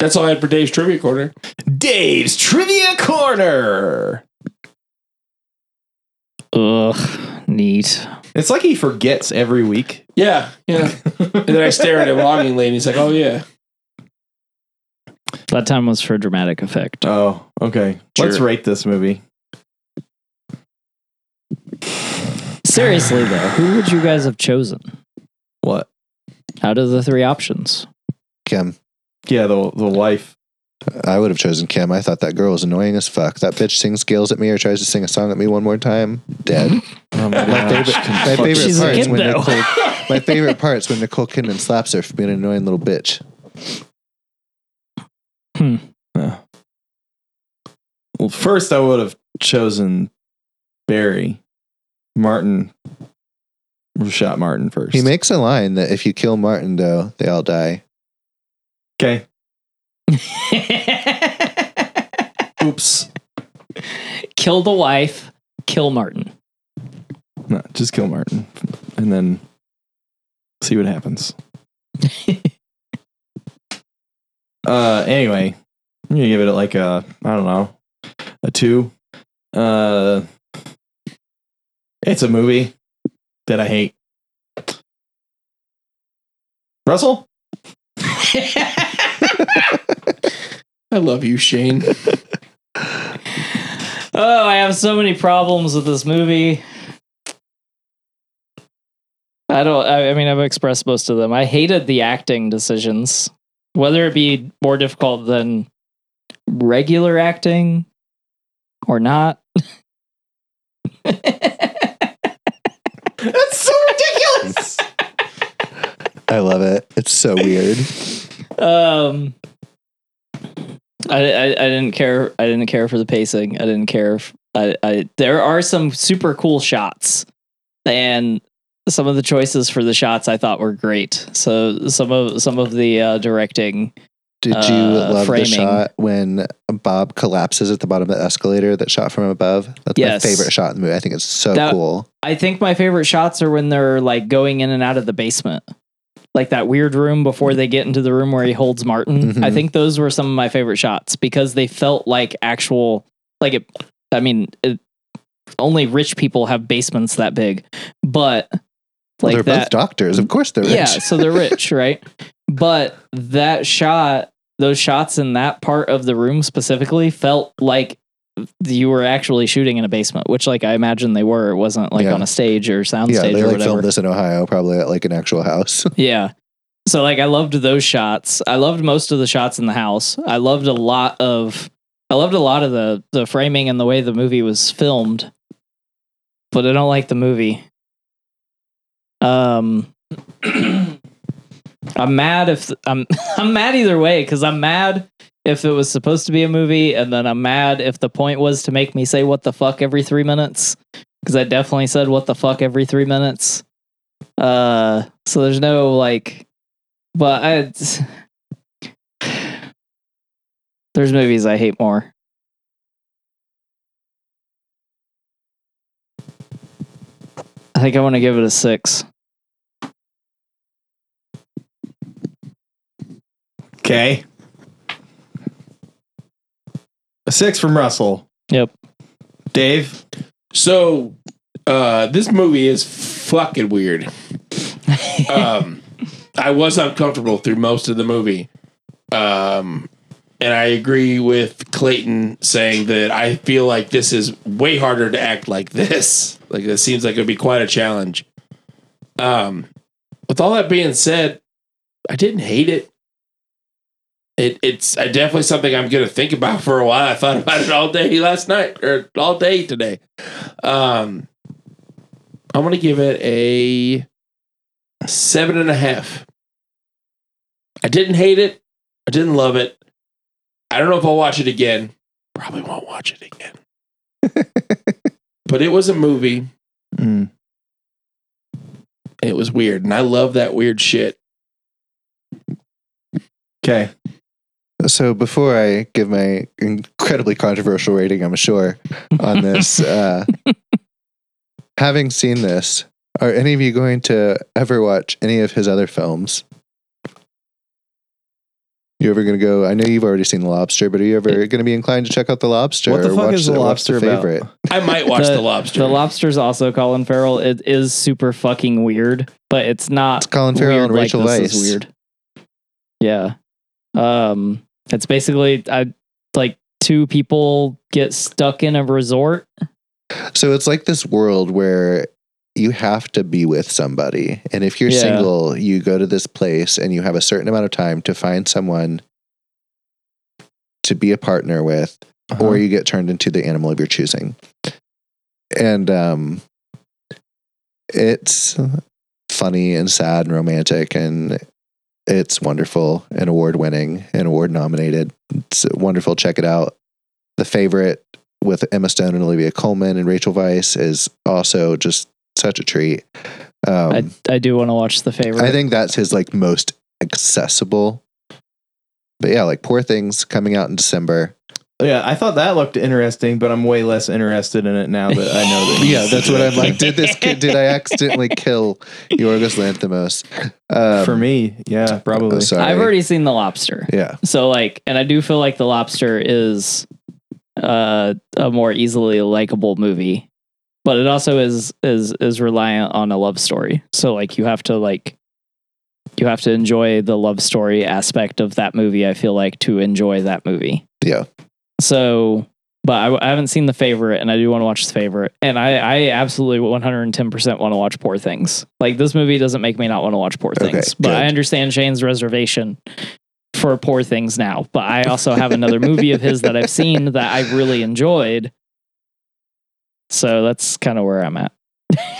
Speaker 3: That's all I had for Dave's Trivia Corner.
Speaker 1: Dave's Trivia Corner.
Speaker 2: Ugh, neat.
Speaker 1: It's like he forgets every week.
Speaker 3: Yeah, yeah. and then I stare at him longingly, and he's like, oh, yeah.
Speaker 2: That time was for dramatic effect.
Speaker 1: Oh, okay. Let's
Speaker 3: Sure.
Speaker 1: rate this movie.
Speaker 2: Seriously though, who would you guys have chosen
Speaker 1: What?
Speaker 2: out of the three options?
Speaker 4: Kim.
Speaker 1: Yeah, the the wife.
Speaker 4: I would have chosen Kim. I thought that girl was annoying as fuck. That bitch sings scales at me or tries to sing a song at me one more time. Dead.
Speaker 1: Oh my
Speaker 4: My
Speaker 1: gosh.
Speaker 4: favorite, my favorite
Speaker 2: She's a
Speaker 4: part's
Speaker 2: kid,
Speaker 4: when
Speaker 2: though.
Speaker 4: Nicole, my favorite part's when Nicole Kidman slaps her for being an annoying little bitch.
Speaker 1: No. Well, first I would have chosen Barry Martin. We Shot Martin first.
Speaker 4: He makes a line that if you kill Martin, though, they all die.
Speaker 1: okay. Oops.
Speaker 2: kill the wife, kill Martin.
Speaker 1: No, just kill Martin, and then see what happens. uh, anyway, I'm gonna give it like a I don't know a two. Uh, it's a movie that I hate. Russell,
Speaker 3: I love you, Shane.
Speaker 2: Oh, I have so many problems with this movie. I don't. I, I mean, I've expressed most of them. I hated the acting decisions, whether it be more difficult than regular acting or not.
Speaker 1: that's so ridiculous.
Speaker 4: I love it. It's so weird.
Speaker 2: Um, I, I I didn't care. I didn't care for the pacing. I didn't care. If, I I there are some super cool shots, and some of the choices for the shots I thought were great. So some of some of the uh, directing.
Speaker 4: Did you
Speaker 2: Uh,
Speaker 4: love
Speaker 2: framing.
Speaker 4: the shot when Bob collapses at the bottom of the escalator that shot from above? That's
Speaker 2: Yes.
Speaker 4: my favorite shot in the movie. I think it's so
Speaker 2: That-
Speaker 4: cool.
Speaker 2: I think my favorite shots are when they're like going in and out of the basement. Like that weird room before they get into the room where he holds Martin.
Speaker 4: Mhm.
Speaker 2: I think those were some of my favorite shots because they felt like actual like it I mean it, only rich people have basements that big. But
Speaker 4: Well,
Speaker 2: like
Speaker 4: they're
Speaker 2: that
Speaker 4: both doctors. Of course they're rich.
Speaker 2: yeah, so they're rich, right? But that shot, those shots in that part of the room specifically felt like you were actually shooting in a basement, which like I imagine they were. It wasn't like
Speaker 4: Yeah.
Speaker 2: on a stage or soundstage
Speaker 4: yeah, they
Speaker 2: or
Speaker 4: like
Speaker 2: whatever.
Speaker 4: filmed this in Ohio, probably at like an actual house.
Speaker 2: Yeah. So like I loved those shots. I loved most of the shots in the house. I loved a lot of I loved a lot of the the framing and the way the movie was filmed, but I don't like the movie. Um, I'm mad if I'm I'm mad either way because I'm mad if it was supposed to be a movie, and then I'm mad if the point was to make me say what the fuck every three minutes because I definitely said what the fuck every three minutes. Uh, so there's no like, but I. There's movies I hate more. I think I want to give it a six.
Speaker 1: Okay. A six from Russell.
Speaker 2: Yep.
Speaker 1: Dave.
Speaker 3: So, uh, this movie is fucking weird. Um, I was uncomfortable through most of the movie. Um, and I agree with Clayton saying that I feel like this is way harder to act like this. Like, this seems like it would be quite a challenge. Um, with all that being said, I didn't hate it. It, it's uh, definitely something I'm going to think about for a while. I thought about it all day last night or all day today. Um, I'm gonna give it a seven and a half. I didn't hate it. I didn't love it. I don't know if I'll watch it again. Probably won't watch it again. but it was a movie.
Speaker 2: Mm.
Speaker 3: and It was weird, and I love that weird shit.
Speaker 1: Okay.
Speaker 4: So before I give my incredibly controversial rating, I'm sure on this, uh, having seen this, are any of you going to ever watch any of his other films? You ever going to go? I know you've already seen The Lobster, but are you ever going to be inclined to check out The Lobster?
Speaker 1: What the
Speaker 4: or
Speaker 1: fuck
Speaker 4: watch
Speaker 1: is The
Speaker 4: what's
Speaker 1: Lobster about?
Speaker 3: I might watch the, Lobster.
Speaker 2: The lobster's also Colin Farrell. It is super fucking weird, but it's not
Speaker 4: It's Colin Farrell
Speaker 2: weird
Speaker 4: and
Speaker 2: like
Speaker 4: Rachel
Speaker 2: this
Speaker 4: Weisz.
Speaker 2: is weird. Yeah. Um it's basically I like two people get stuck in a resort.
Speaker 4: So it's like this world where you have to be with somebody. And if you're
Speaker 2: Yeah.
Speaker 4: single, you go to this place and you have a certain amount of time to find someone to be a partner with, or you get turned into the animal of your choosing. And um, it's funny and sad and romantic and it's wonderful and award winning and award nominated. It's wonderful. Check it out. The favorite with Emma Stone and Olivia Colman and Rachel Weisz is also just such a treat. Um,
Speaker 2: I I do want to watch the favorite.
Speaker 4: I think that's his like most accessible. But yeah, like Poor Things coming out in December.
Speaker 1: Yeah, I thought that looked interesting, but I'm way less interested in it now that I know that.
Speaker 4: Yeah, that's what I'm like. Did this? Did I accidentally kill Yorgos Lanthimos? Um,
Speaker 1: For me, yeah,
Speaker 4: I'm
Speaker 1: probably.
Speaker 4: sorry.
Speaker 2: I've already seen the lobster.
Speaker 4: Yeah,
Speaker 2: So like, and I do feel like The Lobster is uh, a more easily likable movie, but it also is is is reliant on a love story. So like, you have to like, you have to enjoy the love story aspect of that movie. I feel like to enjoy that movie.
Speaker 4: yeah.
Speaker 2: So, but I, I haven't seen The Favorite, and I do want to watch The Favorite, and I I absolutely one hundred and ten percent want to watch Poor Things. Like this movie doesn't make me not want to watch Poor
Speaker 4: Okay,
Speaker 2: Things, but
Speaker 4: good.
Speaker 2: I understand Shane's reservation for Poor Things now. But I also have another movie of his that I've seen that I really enjoyed. So that's kind of where I'm at.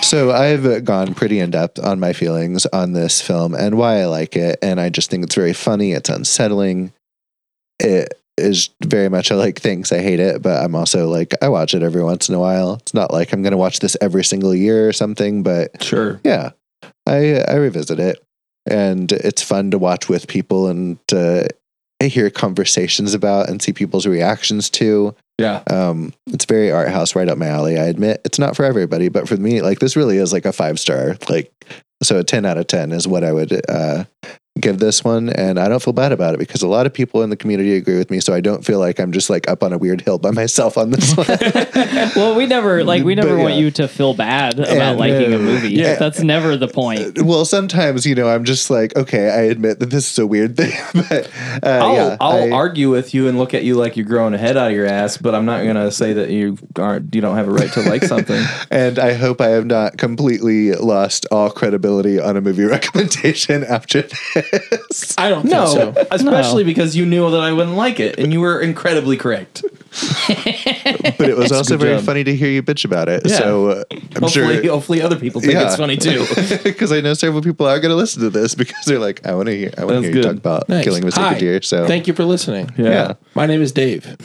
Speaker 4: So I've gone pretty in depth on my feelings on this film and why I like it, and I just think it's very funny. It's unsettling. It is very much a like thanks, I hate it, but I'm also like I watch it every once in a while. It's not like I'm going to watch this every single year or something, but
Speaker 1: Sure.
Speaker 4: yeah i i revisit it and it's fun to watch with people and to hear conversations about and see people's reactions to
Speaker 1: Yeah.
Speaker 4: um it's very art house right up my alley i admit it's not for everybody but for me like this really is like a five star like so a 10 out of 10 is what i would uh give this one and i don't feel bad about it because a lot of people in the community agree with me so i don't feel like i'm just like up on a weird hill by myself on this one
Speaker 2: Well, we never like we
Speaker 4: But,
Speaker 2: never want
Speaker 4: yeah.
Speaker 2: you to feel bad about
Speaker 4: And,
Speaker 2: liking
Speaker 1: uh,
Speaker 2: a movie.
Speaker 4: yeah.
Speaker 2: That's never the point.
Speaker 4: well, sometimes you know I'm just like, okay, I admit that this is a weird thing, but uh,
Speaker 1: I'll,
Speaker 4: yeah,
Speaker 1: I'll
Speaker 4: I-
Speaker 1: argue with you and look at you like you're growing a head out of your ass, but I'm not gonna say that you aren't you don't have a right to like something.
Speaker 4: and I hope I have not completely lost all credibility on a movie recommendation after this.
Speaker 3: I don't think
Speaker 1: No,
Speaker 3: so.
Speaker 1: especially because you knew that I wouldn't like it, and you were incredibly correct.
Speaker 4: but it was
Speaker 1: a
Speaker 4: also
Speaker 1: good
Speaker 4: very
Speaker 1: job.
Speaker 4: funny to hear you bitch about it.
Speaker 1: Yeah.
Speaker 4: So uh, I'm
Speaker 1: hopefully,
Speaker 4: sure.
Speaker 1: hopefully other people think it's funny too.
Speaker 4: because I know several people are going to listen to this because they're like, I want to hear, I want to
Speaker 1: That's
Speaker 4: hear you
Speaker 1: good.
Speaker 4: talk about
Speaker 3: Nice.
Speaker 4: killing Mr.
Speaker 3: Hi.
Speaker 4: Deer. So
Speaker 3: Thank you for listening.
Speaker 4: yeah,
Speaker 3: My name is Dave.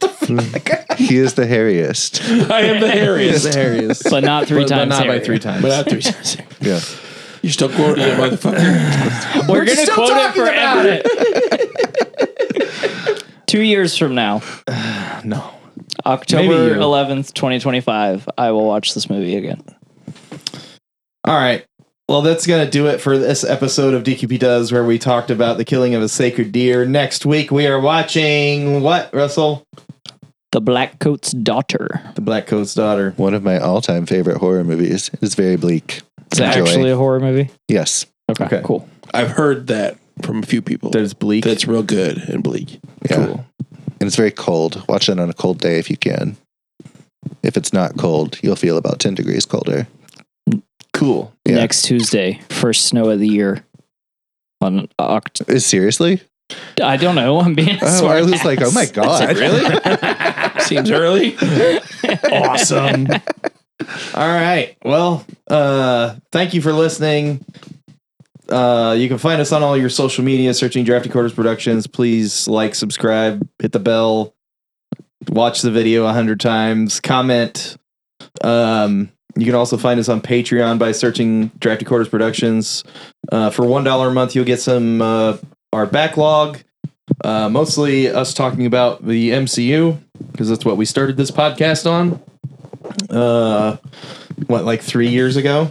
Speaker 4: he is the hairiest.
Speaker 3: I am the
Speaker 1: It's
Speaker 3: hairiest.
Speaker 1: hilarious.
Speaker 2: but not three
Speaker 1: But- but
Speaker 2: times.
Speaker 1: not by
Speaker 2: Harry.
Speaker 1: three times.
Speaker 3: but after he-
Speaker 4: Yeah,
Speaker 3: you're still quoting it, motherfucker.
Speaker 2: We're, gonna
Speaker 1: still
Speaker 2: quote it
Speaker 1: talking about
Speaker 2: forever. Two years from now,
Speaker 1: uh, no.
Speaker 2: October
Speaker 1: you.
Speaker 2: eleventh, twenty twenty-five, I will watch this movie again.
Speaker 1: All right. Well, that's going to do it for this episode of DQP Does, where we talked about the killing of a sacred deer. Next week, we are watching what, Russell?
Speaker 2: The Black Coat's Daughter.
Speaker 1: The Black Coat's Daughter.
Speaker 4: one of my all-time favorite horror movies. It's very bleak.
Speaker 2: Is it
Speaker 4: Enjoy.
Speaker 2: actually a horror movie?
Speaker 4: Yes,
Speaker 2: Okay,
Speaker 1: Okay.
Speaker 2: cool.
Speaker 3: I've heard that from a few people.
Speaker 1: There's Bleak.
Speaker 3: That's real good and bleak.
Speaker 4: Yeah.
Speaker 3: Cool.
Speaker 4: and it's very cold. Watch it on a cold day if you can. If it's not cold, you'll feel about ten degrees colder.
Speaker 1: cool.
Speaker 4: Yeah.
Speaker 2: Next Tuesday, first snow of the year. On Oct-
Speaker 4: Is Uh, seriously?
Speaker 2: I don't know. I'm being. a
Speaker 4: Oh, I
Speaker 2: smart
Speaker 4: was like, oh
Speaker 2: ass.
Speaker 4: my god,
Speaker 3: Seems early.
Speaker 1: Awesome. All right. Well, uh, thank you for listening. Uh, you can find us on all your social media, searching Drafty Quarters Productions. Please like, subscribe, hit the bell, watch the video a hundred times, comment. Um, you can also find us on Patreon by searching Drafty Quarters Productions. Uh, for one dollar a month, you'll get some uh, our backlog, uh, mostly us talking about the MCU because that's what we started this podcast on. Uh, what like three years ago?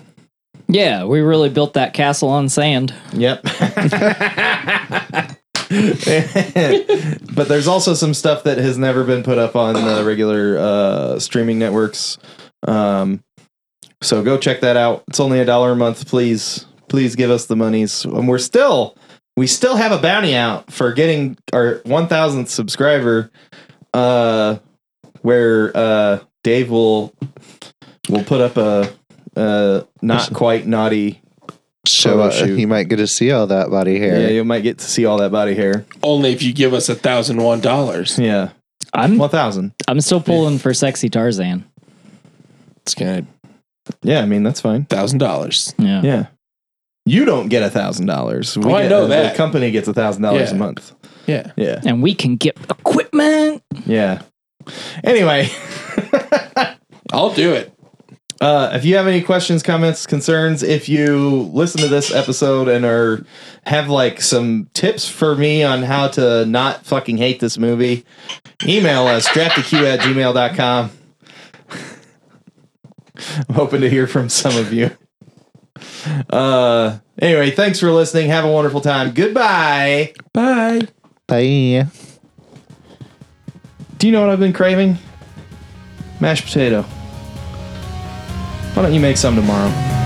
Speaker 2: Yeah, we really built that castle on sand.
Speaker 1: Yep. but there's also some stuff that has never been put up on the regular uh, streaming networks. Um, so go check that out. It's only a dollar a month. Please, please give us the monies. And we're still, we still have a bounty out for getting our 1,000th subscriber, uh, where uh, Dave will will put up a, a not quite naughty
Speaker 4: so uh,
Speaker 1: Photo shoot.
Speaker 4: you might get to see all that body hair.
Speaker 1: Yeah, you might get to see all that body hair.
Speaker 3: Only if you give us a thousand one dollars.
Speaker 1: Yeah,
Speaker 3: Mm-hmm.
Speaker 2: I'm
Speaker 1: one thousand.
Speaker 2: I'm still pulling for sexy Tarzan.
Speaker 3: It's gonna
Speaker 1: Yeah, I mean that's fine.
Speaker 3: thousand dollars.
Speaker 2: Yeah.
Speaker 1: Yeah, you don't get a thousand dollars.
Speaker 3: Oh, I know that.
Speaker 1: The company gets a thousand dollars a
Speaker 3: Yeah.
Speaker 1: month.
Speaker 3: Yeah.
Speaker 1: Yeah,
Speaker 2: And we can get equipment.
Speaker 1: yeah. Anyway,
Speaker 3: I'll do it.
Speaker 1: uh, if you have any questions, comments, concerns, if you listen to this episode and are have like some tips for me on how to not fucking hate this movie, email us draftyq at gmail.com. I'm hoping to hear from some of you. Uh, anyway, thanks for listening. Have a wonderful time. Goodbye.
Speaker 3: Bye.
Speaker 4: Bye.
Speaker 1: Do you know what I've been craving? Mashed potato. Why don't you make some tomorrow?